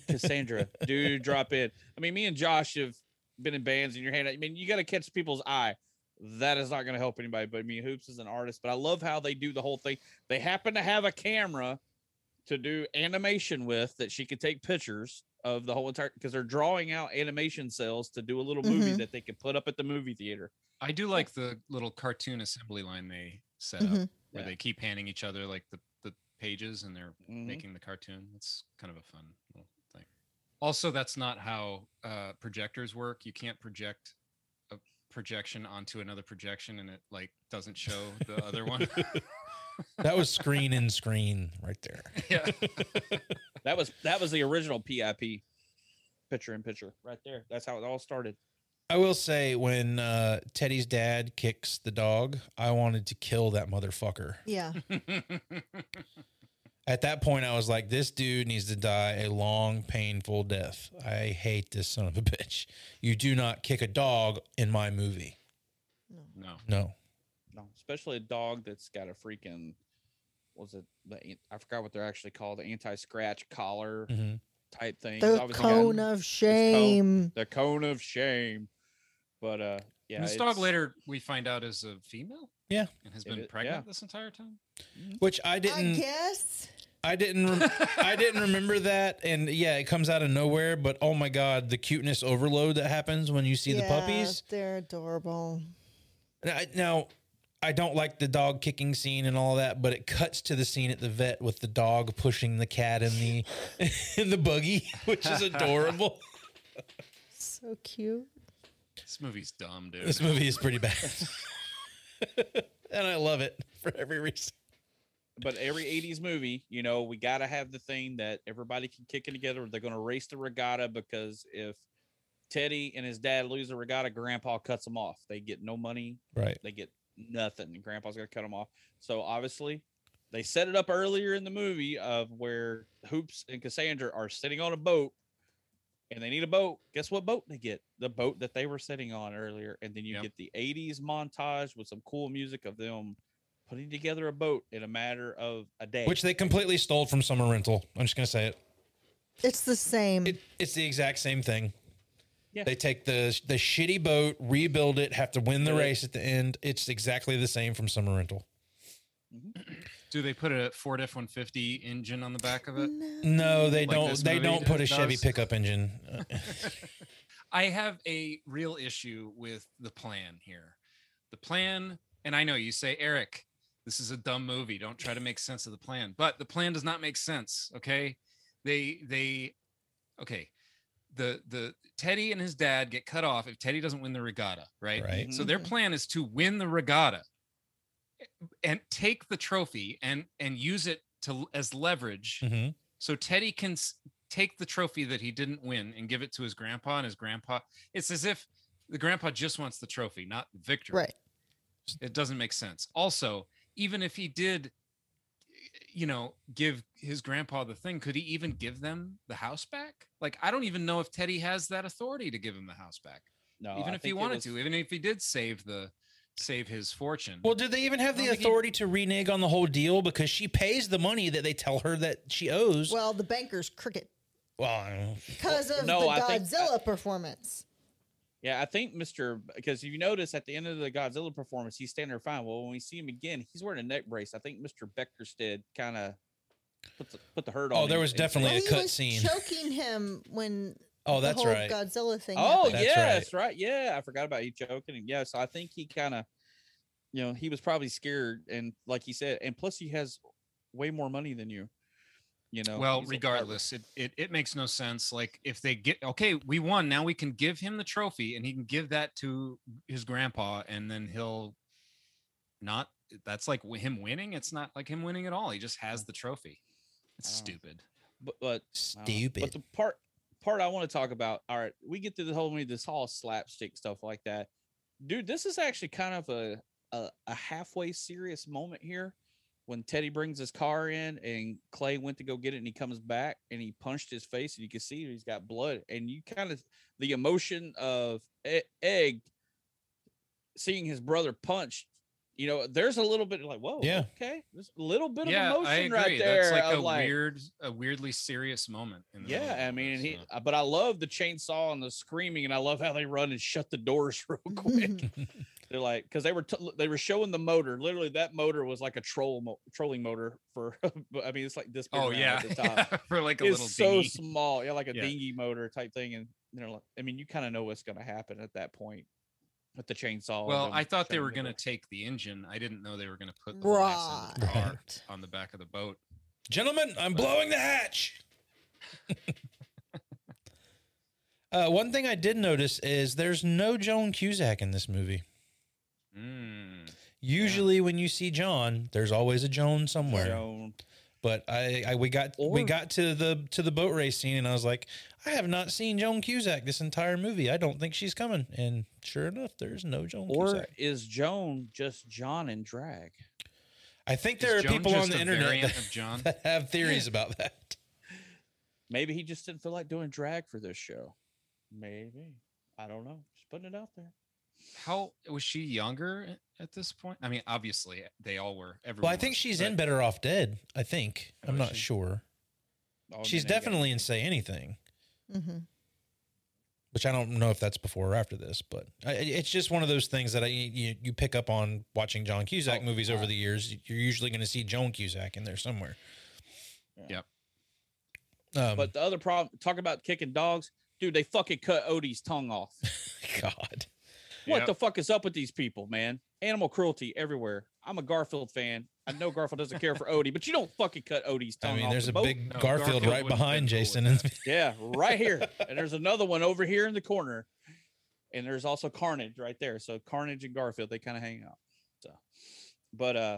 Cassandra, dude, drop in. I mean, me and Josh have been in bands, and your hand. I mean, you got to catch people's eye. That is not going to help anybody. But I mean, Hoops is an artist, but I love how they do the whole thing. They happen to have a camera to do animation with that she could take pictures of the whole entire because they're drawing out animation cells to do a little movie Mhm. that they could put up at the movie theater. I do like the little cartoon assembly line they set up Mhm. where Yeah. they keep handing each other like the, the pages and they're Mm-hmm. making the cartoon. That's kind of a fun little thing. Also, that's not how uh, projectors work. You can't project a projection onto another projection and it like doesn't show the other one. That was screen in screen right there. yeah. that was that was the original PIP picture in picture right there. That's how it all started. I will say when uh, Teddy's dad kicks the dog, I wanted to kill that motherfucker. Yeah. At that point, I was like, this dude needs to die a long, painful death. I hate this son of a bitch. You do not kick a dog in my movie. No. No. No, especially a dog that's got a freaking what was it the an- I forgot what they're actually called, the anti-scratch collar Mhm. type thing. The It's obviously got- cone of it's cone- shame. the cone of shame. But uh yeah, And this dog it's- later we find out is a female. Yeah. And has It been is- pregnant yeah. this entire time. Which I didn't. I guess. I didn't. Rem- I didn't remember that, and yeah, it comes out of nowhere. But oh my god, the cuteness overload that happens when you see the puppies. They're adorable. Now, I- now, I don't like the dog kicking scene and all that, but it cuts to the scene at the vet with the dog pushing the cat in the in the buggy, which is adorable. So cute. This movie's dumb, dude. this movie is pretty bad, and I love it for every reason. but every 80s movie, you know, we got to have the thing that everybody can kick it together. They're going to race the regatta because if Teddy and his dad lose the regatta, grandpa cuts them off. They get no money. Right. They get nothing. And grandpa's going to cut them off. So obviously, they set it up earlier in the movie of where Hoops and Cassandra are sitting on a boat and they need a boat. Guess what boat they get? The boat that they were sitting on earlier. And then you get the 80s montage with some cool music of them putting together a boat in a matter of a day. Which they completely stole from Summer Rental. I'm just gonna say it. It's the same. It's the exact same thing. Yeah. They take the the shitty boat, rebuild it, have to win the Yeah. race at the end. It's exactly the same from Summer Rental. Do they put a Ford F one fifty engine on the back of it? No, they Like don't. this They movie don't put a does? Chevy pickup engine. Uh, I have a real issue with the plan here. The plan, and I know you say, Eric, this is a dumb movie. Don't try to make sense of the plan. But the plan does not make sense. Okay. They they okay. The the Teddy and his dad get cut off if Teddy doesn't win the regatta, right? Right. So their plan is to win the regatta eh, and take the trophy and and use it to as leverage mhm. so Teddy can s- take the trophy that he didn't win and give it to his grandpa, and his grandpa. It's as if the grandpa just wants the trophy, not the victory. Right. It doesn't make sense. Also, even if he did, you know, give his grandpa the thing, could he even give them the house back? Like, I don't even know if Teddy has that authority to give him the house back. No, even I if he think it wanted was- to, even if he did save the save his fortune. Well, did they even have I don't the think he- authority to renege on the whole deal because she pays the money that they tell her that she owes? Well, Well, the banker's cricket I don't know. because of no, the I think- Godzilla performance. Yeah, I think Mr. Because you notice at the end of the Godzilla performance, he's standing there fine. Well, when we see him again, he's wearing a neck brace. I think Mr. Beckerstead kind of put the, put the hurt on. Oh, there him was and- definitely Well, a he cut was scene. choking him when Oh, the that's whole right. Godzilla thing. Oh, That's yeah, right. that's right. Yeah, I forgot about you choking him. Yeah, so I think he kind of, you know, he was probably scared, and like he said, and plus he has way more money than you. You know. well Oh, he's a pirate. regardless it, it it makes no sense like if they get okay we won now we can give him the trophy and he can give that to his grandpa and then he'll not that's like wi- him winning it's not like him winning at all he just has the trophy it's Wow. stupid but, but I don't know. Stupid. Uh, But the part part I want to talk about. All right, we get through the whole movie, this whole slapstick stuff like that, dude. This is actually kind of a a, a halfway serious moment here when Teddy brings his car in and Clay went to go get it and he comes back and he punched his face and you can see he's got blood and you kind of the emotion of E- Egg seeing his brother punched You know, there's a little bit like, whoa, Yeah. okay, there's a little bit yeah, of emotion I agree. right there. That's like of a weird, a weirdly serious moment. In the movie. Yeah, I mean, and he, uh, but I love the chainsaw and the screaming, and I love how they run and shut the doors real quick. They're like, because they were t- they were showing the motor. Literally, that motor was like a troll mo- trolling motor for. I mean, it's like this. big Oh, around yeah. at the top. For, like, a it's little so dinghy. small, yeah, like a Yeah. dinghy motor type thing, and you know, like, I mean, you kind of know what's going to happen at that point with the chainsaw. and Well, them I thought they shutting were the going to door. take the engine. I didn't know they were going to put the lights in the car Right. on the back of the boat. Gentlemen, I'm blowing the hatch. uh, one thing I did notice is there's no Joan Cusack in this movie. Mm. Usually, when you see John, there's always a Joan somewhere. Joan. But I, I we got we Or- got to the to the boat race scene, and I was like, I have not seen Joan Cusack this entire movie. I don't think she's coming. And sure enough, there's no Joan Or Cusack. is Joan just John in drag? I think Is there are Joan people on just the a internet variant that, of John? that have theories about that. Maybe he just didn't feel like doing drag for this show. Maybe. I don't know. Just putting it out there. How was she younger at this point? I mean, obviously they all were. Everyone. Well, I think she's in Better Off Dead. I think. I'm not sure. Oh, and she's then they got- definitely in Say Anything, Mm-hmm. which I don't know if that's before or after this, but I, it- it's just one of those things that I you, you pick up on watching John Cusack Oh, movies over the years. You're usually going to see Joan Cusack in there somewhere. Yep. Um, but the other problem, talk about kicking dogs. Dude, they fucking cut Odie's tongue off. God. What Yep. the fuck is up with these people, man? Animal cruelty everywhere. I'm a Garfield fan. I know Garfield doesn't care for Odie, but you don't fucking cut Odie's tongue I off. mean, there's the a boat. big Garfield, right behind Jason. in- Yeah, right here. and there's another one over here in the corner. And there's also Carnage right there. So Carnage and Garfield, they kind of hang out. So, but uh,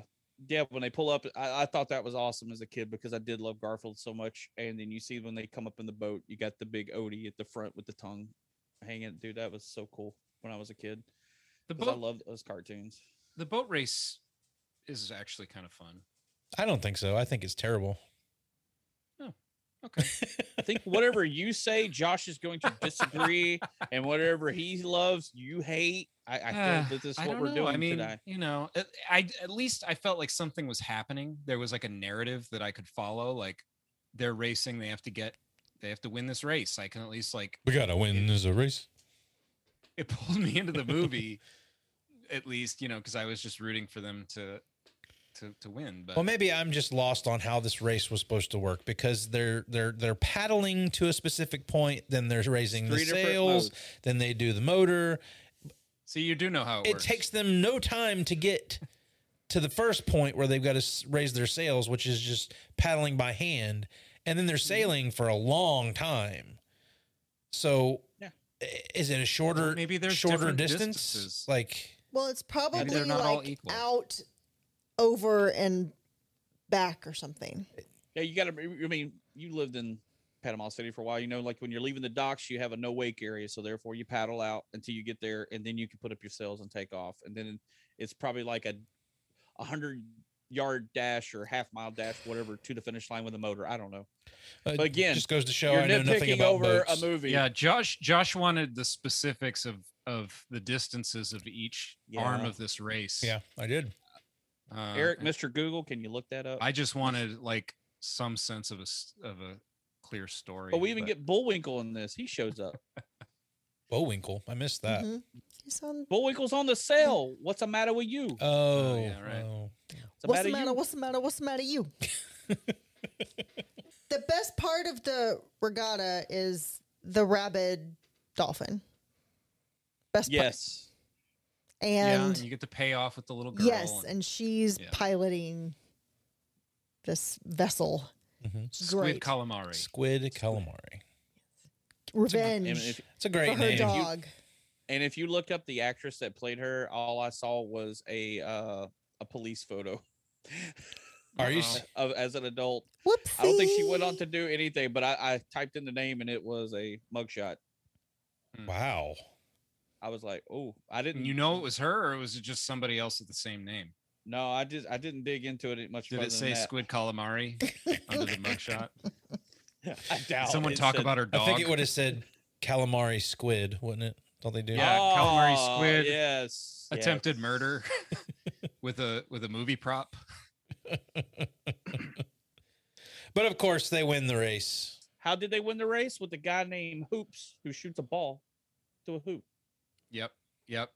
yeah, when they pull up, I, I thought that was awesome as a kid because I did love Garfield so much. And then you see when they come up in the boat, you got the big Odie at the front with the tongue hanging. Dude, that was so cool when I was a kid. The 'cause I boat- loved those cartoons. The boat race is actually kind of fun. I don't think so. I think it's terrible. I think whatever you say, Josh is going to disagree, and whatever he loves, you hate. I, I Ah, feel that this is I what don't we're know. doing I mean, today. you know, at, I at least I felt like something was happening. There was like a narrative that I could follow. Like they're racing. They have to get. They have to win this race. I can at least like We gotta win this race. it pulled me into the movie at least you know because i was just rooting for them to to to win but Well, maybe I'm just lost on how this race was supposed to work because they're they're they're paddling to a specific point, then they're raising the Three different sails, modes. then they do the motor. so you do know how it, It works. takes them no time to get to the first point where they've got to raise their sails, which is just paddling by hand, and then they're sailing for a long time. So, Yeah. i- is it a shorter Maybe there's shorter different distance? distances. Like Well, it's they're probably not all like equal. out, over, and back or something. Yeah, you got to. I mean, you lived in Panama City for a while. You know, like when you're leaving the docks, you have a no wake area, so therefore you paddle out until you get there, and then you can put up your sails and take off. And then it's probably like a, a hundred yard dash or half mile dash, whatever, to the finish line with a motor. I don't know. Uh, But again, just goes to show you're I know nothing nitpicking about over boats. a movie. yeah josh josh wanted the specifics of of the distances of each arm Yeah. of this race yeah, I did. uh, Eric, Mr. Google, can you look that up? i just wanted like some sense of a s- of a clear story But we even get Bullwinkle in this. He shows up. Bullwinkle, I missed that. Mhm. He's on. Bullwinkle's on the sail. What's the matter with you? Oh, yeah, right. oh. What's What's the the matter with matter? you? What's the matter? What's the matter? You. the best part of the regatta is the rabid dolphin. Best part. Yes. yeah And and you get to pay off with the little girl yes, and and she's yeah. piloting this vessel. squid Great. calamari Squid calamari. Revenge. And if, It's a great for her name. dog. and if you look up the actress that played her, all I saw was a uh, a police photo Are you? Uh-oh. s- of as an adult. Whoopsie. I don't think she went on to do anything, but I, I typed in the name and it was a mugshot. Wow. I was like, oh, I didn't. you know it was her or was it just somebody else with the same name No, I just I didn't dig into it much. Did further it say than that. squid calamari under the mugshot? I doubt. Did someone it talk said- about her dog? I think it would have said calamari squid, wouldn't it? Don't they do? Yeah, calamari Oh, squid Yes. attempted yes. murder. with a with a movie prop. But of course, they win the race. How did they win the race? With a guy named Hoops who shoots a ball to a hoop. Yep. Yep.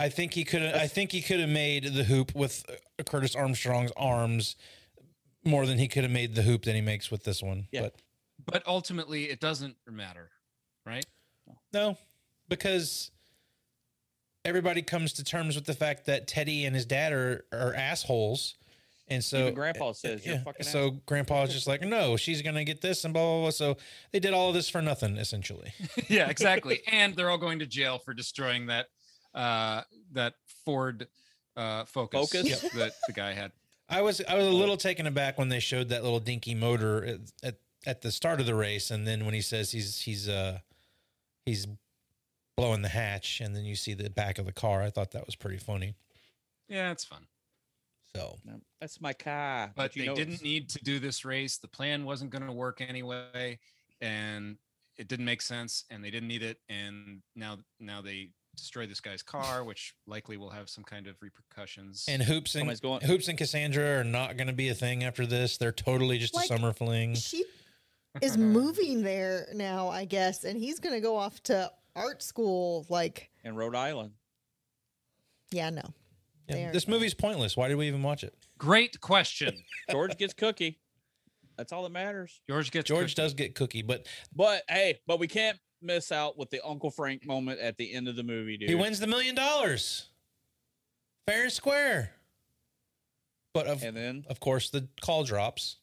I think he could. I think he could have made the hoop with uh, Curtis Armstrong's arms more than he could have made the hoop that he makes with this one. But But ultimately, it doesn't matter, right? no, because everybody comes to terms with the fact that Teddy and his dad are, are assholes, and so uh, eh, Even Grandpa says, "You're a fucking So Grandpa's just like, no, she's gonna get this and blah blah blah. So they did all of this for nothing, essentially. yeah, exactly. and they're all going to jail for destroying that uh that Ford uh Focus, Focus? Yep. that the guy had. I was I was a little taken aback when they showed that little dinky motor at, at at the start of the race, and then when he says he's he's uh he's blowing the hatch, and then you see the back of the car. I thought that was pretty funny. Yeah, it's fun. So, That's my car. but you they know didn't it's- need to do this race. The plan wasn't going to work anyway, and it didn't make sense. And they didn't need it. And now, now they destroy this guy's car, which likely will have some kind of repercussions. and hoops and hoops and Cassandra are not going to be a thing after this. They're totally just Like, a summer fling. She is moving there now, I guess, and he's gonna go off to art school. Like, in Rhode Island. yeah, no. Yeah, They're- this movie's pointless. Why did we even watch it? Great question. George gets cookie. That's all that matters. George gets George does get cookie, but But hey, but we can't miss out with the Uncle Frank moment at the end of the movie, dude. he wins the million dollars, fair and square. But of And then of course the call drops,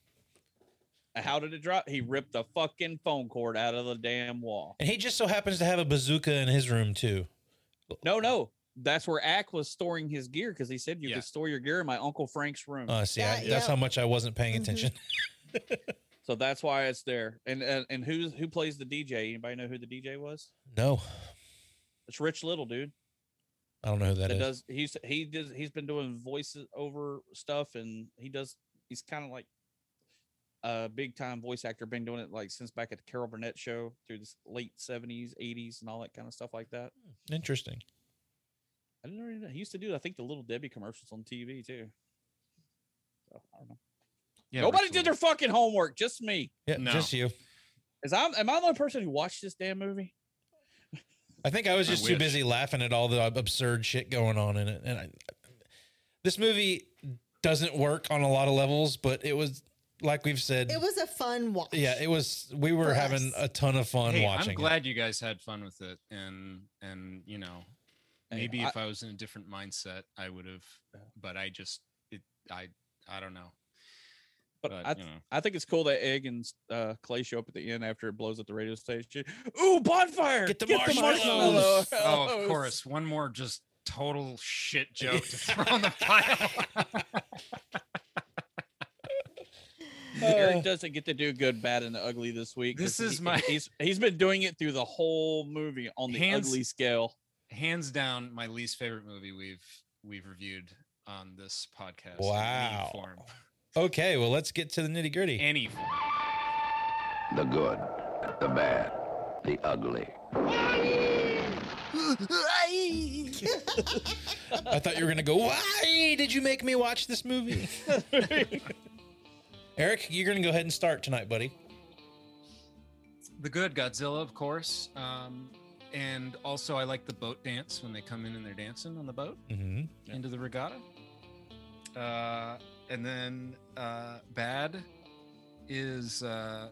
how did it drop? He ripped the fucking phone cord out of the damn wall. and he just so happens to have a bazooka in his room too. No, no. That's where Ack was storing his gear because he said you could store your gear in my Uncle Frank's room. Uh, see, I, that's how much I wasn't paying Mm-hmm. attention. So that's why it's there. And and, and who's who plays the DJ? Anybody know who the DJ was? No, It's Rich Little, dude. I don't know who That, that is. does he's he does he's been doing voices over stuff and he does he's kind of like a big time voice actor, been doing it like since back at the Carol Burnett show through the s- late seventies, eighties, and all that kind of stuff like that. Interesting. I didn't really know. He used to do I think the little Debbie commercials on TV too. So I don't know. Yeah, Nobody Rich did their fucking homework, just me. Yeah, No. just you. Is I am I the only person who watched this damn movie? I think I was I just too wish. busy laughing at all the ab- absurd shit going on in it. And I, this movie doesn't work on a lot of levels, but it was like we've said. It was a fun watch. yeah, it was. We were For having us. a ton of fun hey, watching. I'm it. glad you guys had fun with it, and and you know, Hey, maybe I- if I was in a different mindset, I would have. But I just, it, I, I don't know. But, But, I, you know. I think it's cool that Egg and uh, Clay show up at the end after it blows up the radio station. Ooh, bonfire! Get the Oh, marshmallows. Oh, of course. One more just total shit joke to throw on the pile. Eric doesn't get to do good, bad, and the ugly this week. This 'cause is he- my- he's he's been doing it through the whole movie on the Hands- ugly scale. Hands down, my least favorite movie we've we've reviewed on this podcast. in Wow. Any form. Okay, well, let's get to the nitty gritty. Any form. The good, the bad, the ugly. I thought you were gonna go. Why did you make me watch this movie? Eric, you're gonna go ahead and start tonight, buddy. The good Godzilla, of course. Um, and also I like the boat dance when they come in and they're dancing on the boat Mm-hmm. into the regatta. Uh, and then uh, bad is uh,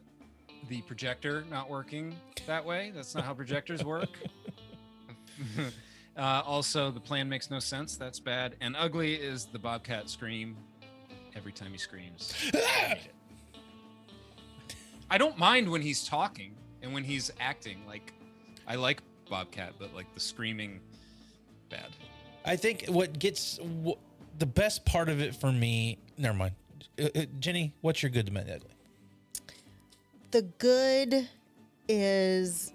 the projector not working that way. That's not how projectors work. uh, also, the plan makes no sense. That's bad. And ugly is the bobcat scream every time he screams. I hate it. I don't mind when he's talking and when he's acting. Like, I like Bobcat, but like the screaming, bad. I think what gets wh- the best part of it for me. Never mind, Uh, uh, Jenny. What's your good to my ugly? The good is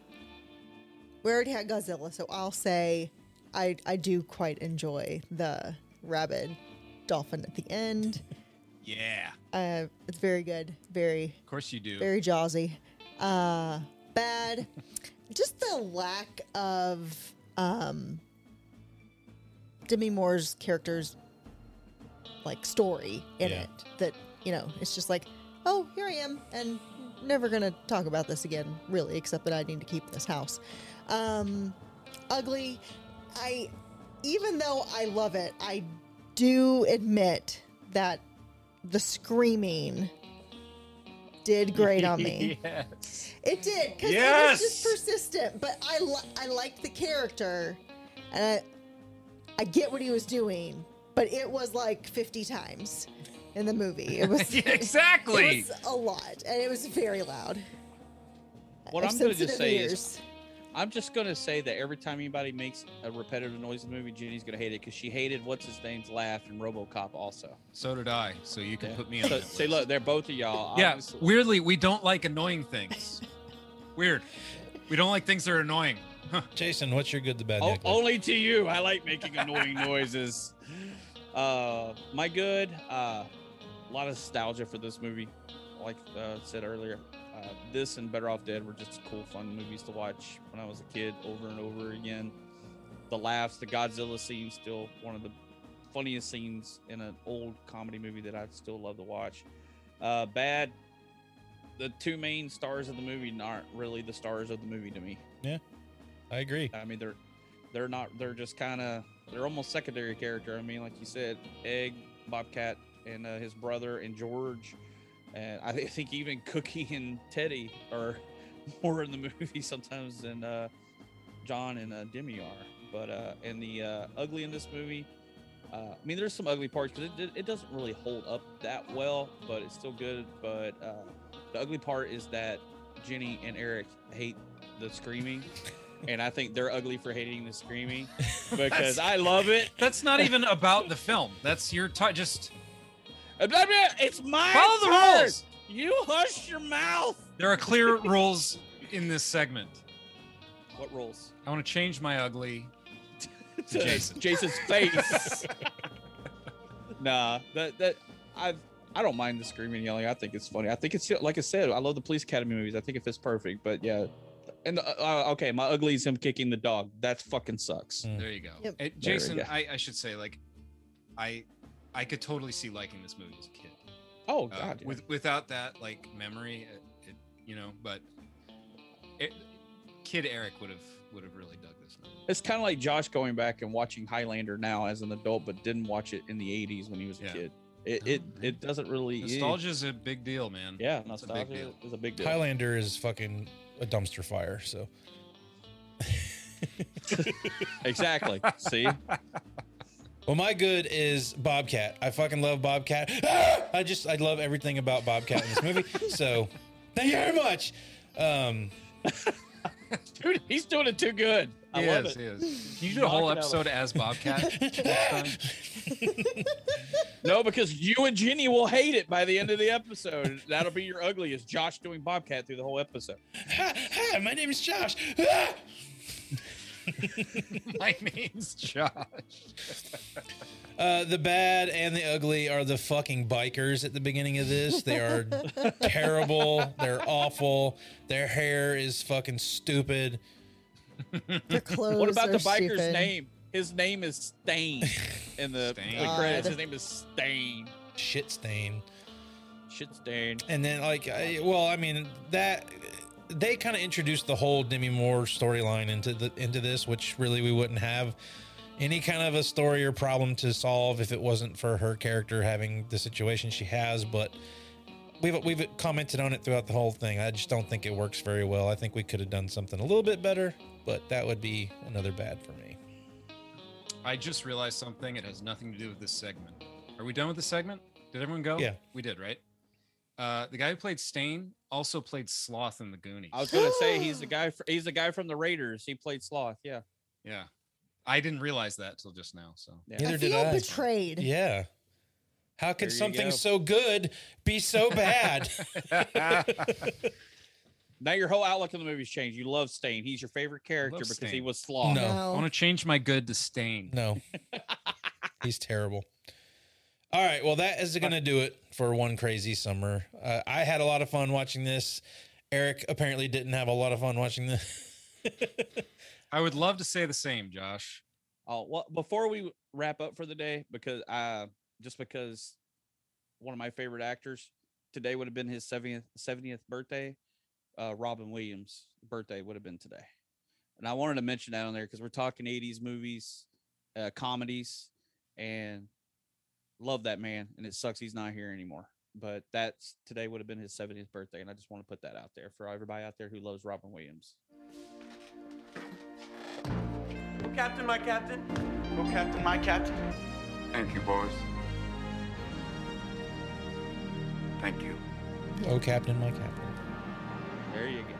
we already had Godzilla, so I'll say I I do quite enjoy the rabid dolphin at the end. Yeah. Uh, it's very good, very Of course you do. very jawsy. Uh, bad. Just the lack of um, Demi Moore's character's like story in Yeah. it that you know it's just like oh here i am and never gonna talk about this again really except that i need to keep this house um ugly i even though i love it i do admit that the screaming did great on me uh, yes. it did because Yes! it was just persistent. But I li- I liked the character, and I, I get what he was doing. But it was like fifty times in the movie. It was Yeah, exactly. it was a lot, and it was very loud. What Our I'm going to sensitive just say ears. is, I'm just going to say that every time anybody makes a repetitive noise in the movie, Jenny's going to hate it because she hated what's his name's laugh and RoboCop also. So did I. So you can put me on. So, that see, look, they're both of y'all. Yeah, obviously- weirdly, we don't like annoying things. Weird. We don't like things that are annoying. Jason, what's your good, the bad, O- the ugly? only to you. I like making annoying noises. Uh, my good. Uh, a lot of nostalgia for this movie. Like uh, said earlier, uh, this and Better Off Dead were just cool, fun movies to watch when I was a kid, over and over again. The laughs, the Godzilla scene, still one of the funniest scenes in an old comedy movie that I still love to watch. Uh, bad. The two main stars of the movie aren't really the stars of the movie to me. Yeah, I agree. I mean, they're they're not they're just kind of they're almost secondary character. I mean, like you said, Egg, Bobcat, and uh, his brother and George, and I thi- think even Cookie and Teddy are more in the movie sometimes than uh, John and uh, Demi are. But uh, and the uh, ugly in this movie. Uh, I mean, there's some ugly parts because it, it doesn't really hold up that well, but it's still good. But uh, the ugly part is that Jenny and Eric hate the screaming, and I think they're ugly for hating the screaming because I love it. That's not even about the film. That's your ti just It's my Follow the turn. rules. You hush your mouth. there are clear rules in this segment. What rules? I want to change my ugly to To Jason. Jason's face. nah, that that I've. I don't mind the screaming and yelling. I think it's funny. I think it's like I said. I love the police academy movies. I think it fits perfect. But yeah, and uh, uh, okay, my ugly is him kicking the dog. That fucking sucks. There you go. Yep. Uh, we Jason, go. I, I should say, like, I I could totally see liking this movie as a kid. Oh Uh, god, yeah. with without that like memory, it, it, you know, but it, kid Eric would have would have really dug this movie. it's kind of like Josh going back and watching Highlander now as an adult, but didn't watch it in the '80s when he was a Yeah. kid. It it, it doesn't really Nostalgia's a big deal, man. Yeah, It's a nostalgia big deal. is a big deal. Highlander is fucking a dumpster fire. So Exactly. See, Well, my good is Bobcat. I fucking love Bobcat. Ah! I just I love everything about Bobcat in this movie. So thank you very much. Um, dude, he's doing it too good. I He love is, it. he is. Can you do a whole Knock it out of episode as Bobcat? next time? No, because you and Jenny will hate it by the end of the episode. That'll be your ugliest Josh doing Bobcat through the whole episode. hi, hi, my name is Josh. Ah! My name's Josh. Uh, the bad and the ugly are the fucking bikers at the beginning of this. They are terrible. They're awful. Their hair is fucking stupid. Their clothes. what about the are biker's stupid. name? His name is Stain in the, Stain. the credits. God. His name is Stain. Shit stain. Shit, Stain. And then, like, I, well, I mean, that they kind of introduced the whole Demi Moore storyline into the into this, which really we wouldn't have any kind of a story or problem to solve if it wasn't for her character having the situation she has. But we've we've commented on it throughout the whole thing. I just don't think it works very well. I think we could have done something a little bit better, but that would be another bad for me. I just realized something. It has nothing to do with this segment. Are we done with the segment? Did everyone go? Yeah. we did, right? Uh, the guy who played Stain also played Sloth in the Goonies. I was gonna say he's the guy. fr- he's the guy from the Raiders. He played Sloth. Yeah. yeah, I didn't realize that till just now. So Yeah. Neither I did feel I. betrayed. Yeah. How could There you something go. so good be so bad? Now your whole outlook on the movie's changed. You love Stain. He's your favorite character love because he Stain. was Sloth. No. I want to change my good to Stain. No. He's terrible. All right. Well, that is going to do it for one crazy summer. Uh, I had a lot of fun watching this. Eric apparently didn't have a lot of fun watching this. I would love to say the same, Josh. Oh well, before we wrap up for the day, because uh, just because one of my favorite actors today would have been his 70th 70th birthday. Uh, Robin Williams' birthday would have been today, and I wanted to mention that on there because we're talking 80s movies, uh, comedies, and love that man. And it sucks he's not here anymore. But that's today would have been his 70th birthday, and I just want to put that out there for everybody out there who loves Robin Williams. Captain, my captain. Oh, Captain, my Captain. Thank you, boys. Thank you. Oh, Captain, my Captain. There you go.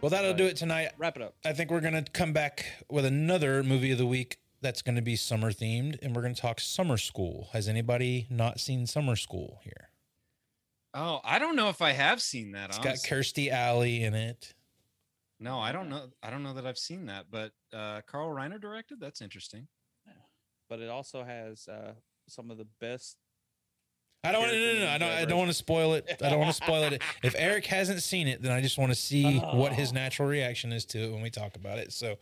Well, that'll do it tonight. Wrap it up. I think we're going to come back with another movie of the week that's going to be summer themed, and we're going to talk summer school. Has anybody not seen summer school here? Oh, I don't know if I have seen that. It's got honestly. Kirstie Alley in it. No, I don't know. I don't know that I've seen that, but uh, Carl Reiner directed. That's interesting. But it also has uh, some of the best. I don't. No, no, no, no. I don't. I don't want to spoil it. I don't want to spoil it. If Eric hasn't seen it, then I just want to see what his natural reaction is to it when we talk about it. So,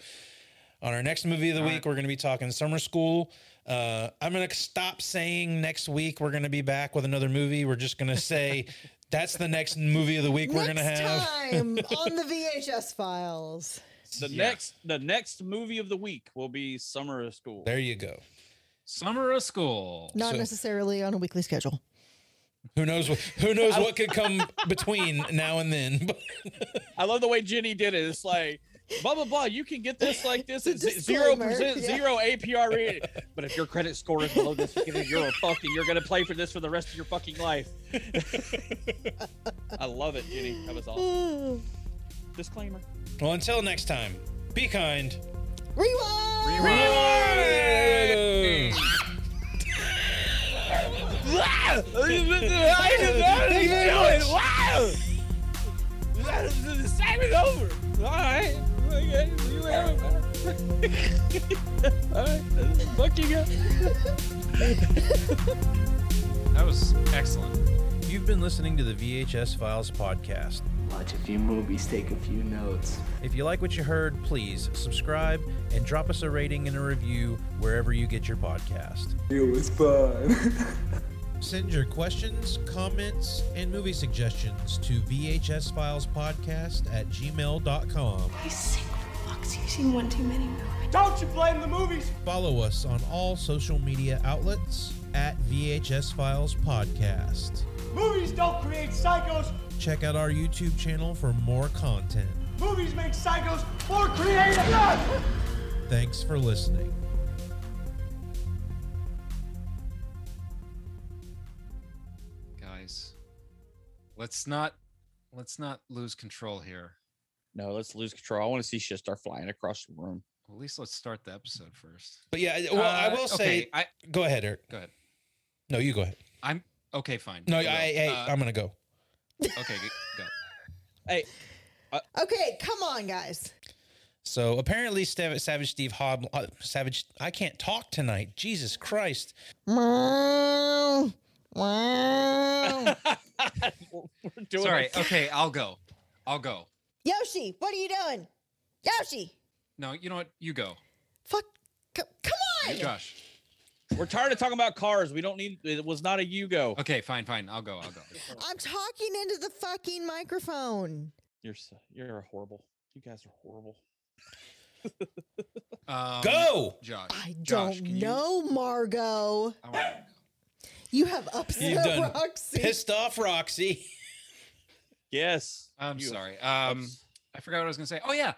on our next movie of the week, we're going to be talking summer school. Uh, I'm going to stop saying next week we're going to be back with another movie. We're just going to say that's the next movie of the week we're going to have. time on the VHS files. The Yeah. next, the next movie of the week will be Summer of School. There you go. Summer of School. Not So- necessarily on a weekly schedule. Who knows what? Who knows what could come between now and then? I love the way Jenny did it. It's like blah blah blah. You can get this like this at zero percent, disclaimer, zero yeah. APR rating. But if your credit score is below this, you're gonna- you're a fucking. You're gonna play for this for the rest of your fucking life. I love it, Jenny. That was awesome. Disclaimer. Well, until next time, be kind. Rewind! Rewind! The same is over. All right. Okay. You have it. All right. Fucking up. That was excellent. You've been listening to the VHS Files podcast. Watch a few movies, take a few notes. If you like what you heard, please subscribe and drop us a rating and a review wherever you get your podcast. It was fun. Send your questions, comments, and movie suggestions to VHSFilesPodcast at gmail.com. He's sick with Foxy. He's seen one too many movies. Don't you blame the movies! Follow us on all social media outlets at VHS Files Podcast. Movies don't create psychos. Check out our YouTube channel for more content. Movies make psychos more creative. Thanks for listening. guys let's not let's not lose control here No, let's lose control. I want to see shit start flying across the room. at least let's start the episode first But yeah, well, I will say- go ahead, Eric. Uh, go ahead No, you go ahead. i'm okay fine No, I, You go. I, Uh, I'm going to go. okay g- go Hey, Okay, come on, guys. So apparently, Stav- Savage Steve Hob, uh, Savage, I can't talk tonight. Jesus Christ! Meow. Meow. sorry okay i'll go i'll go Yoshi, what are you doing? Yoshi, no you know what you go come on! josh We're tired of talking about cars. We don't need. It was not a you go. Okay, fine, fine. I'll go. I'll go. I'm talking into the fucking microphone. You're so, you're horrible. You guys are horrible. um, Go! josh I Josh, don't know, Margot. You have You've upset done Roxy. pissed off Roxy. yes i'm sorry um i forgot what i was gonna say oh yeah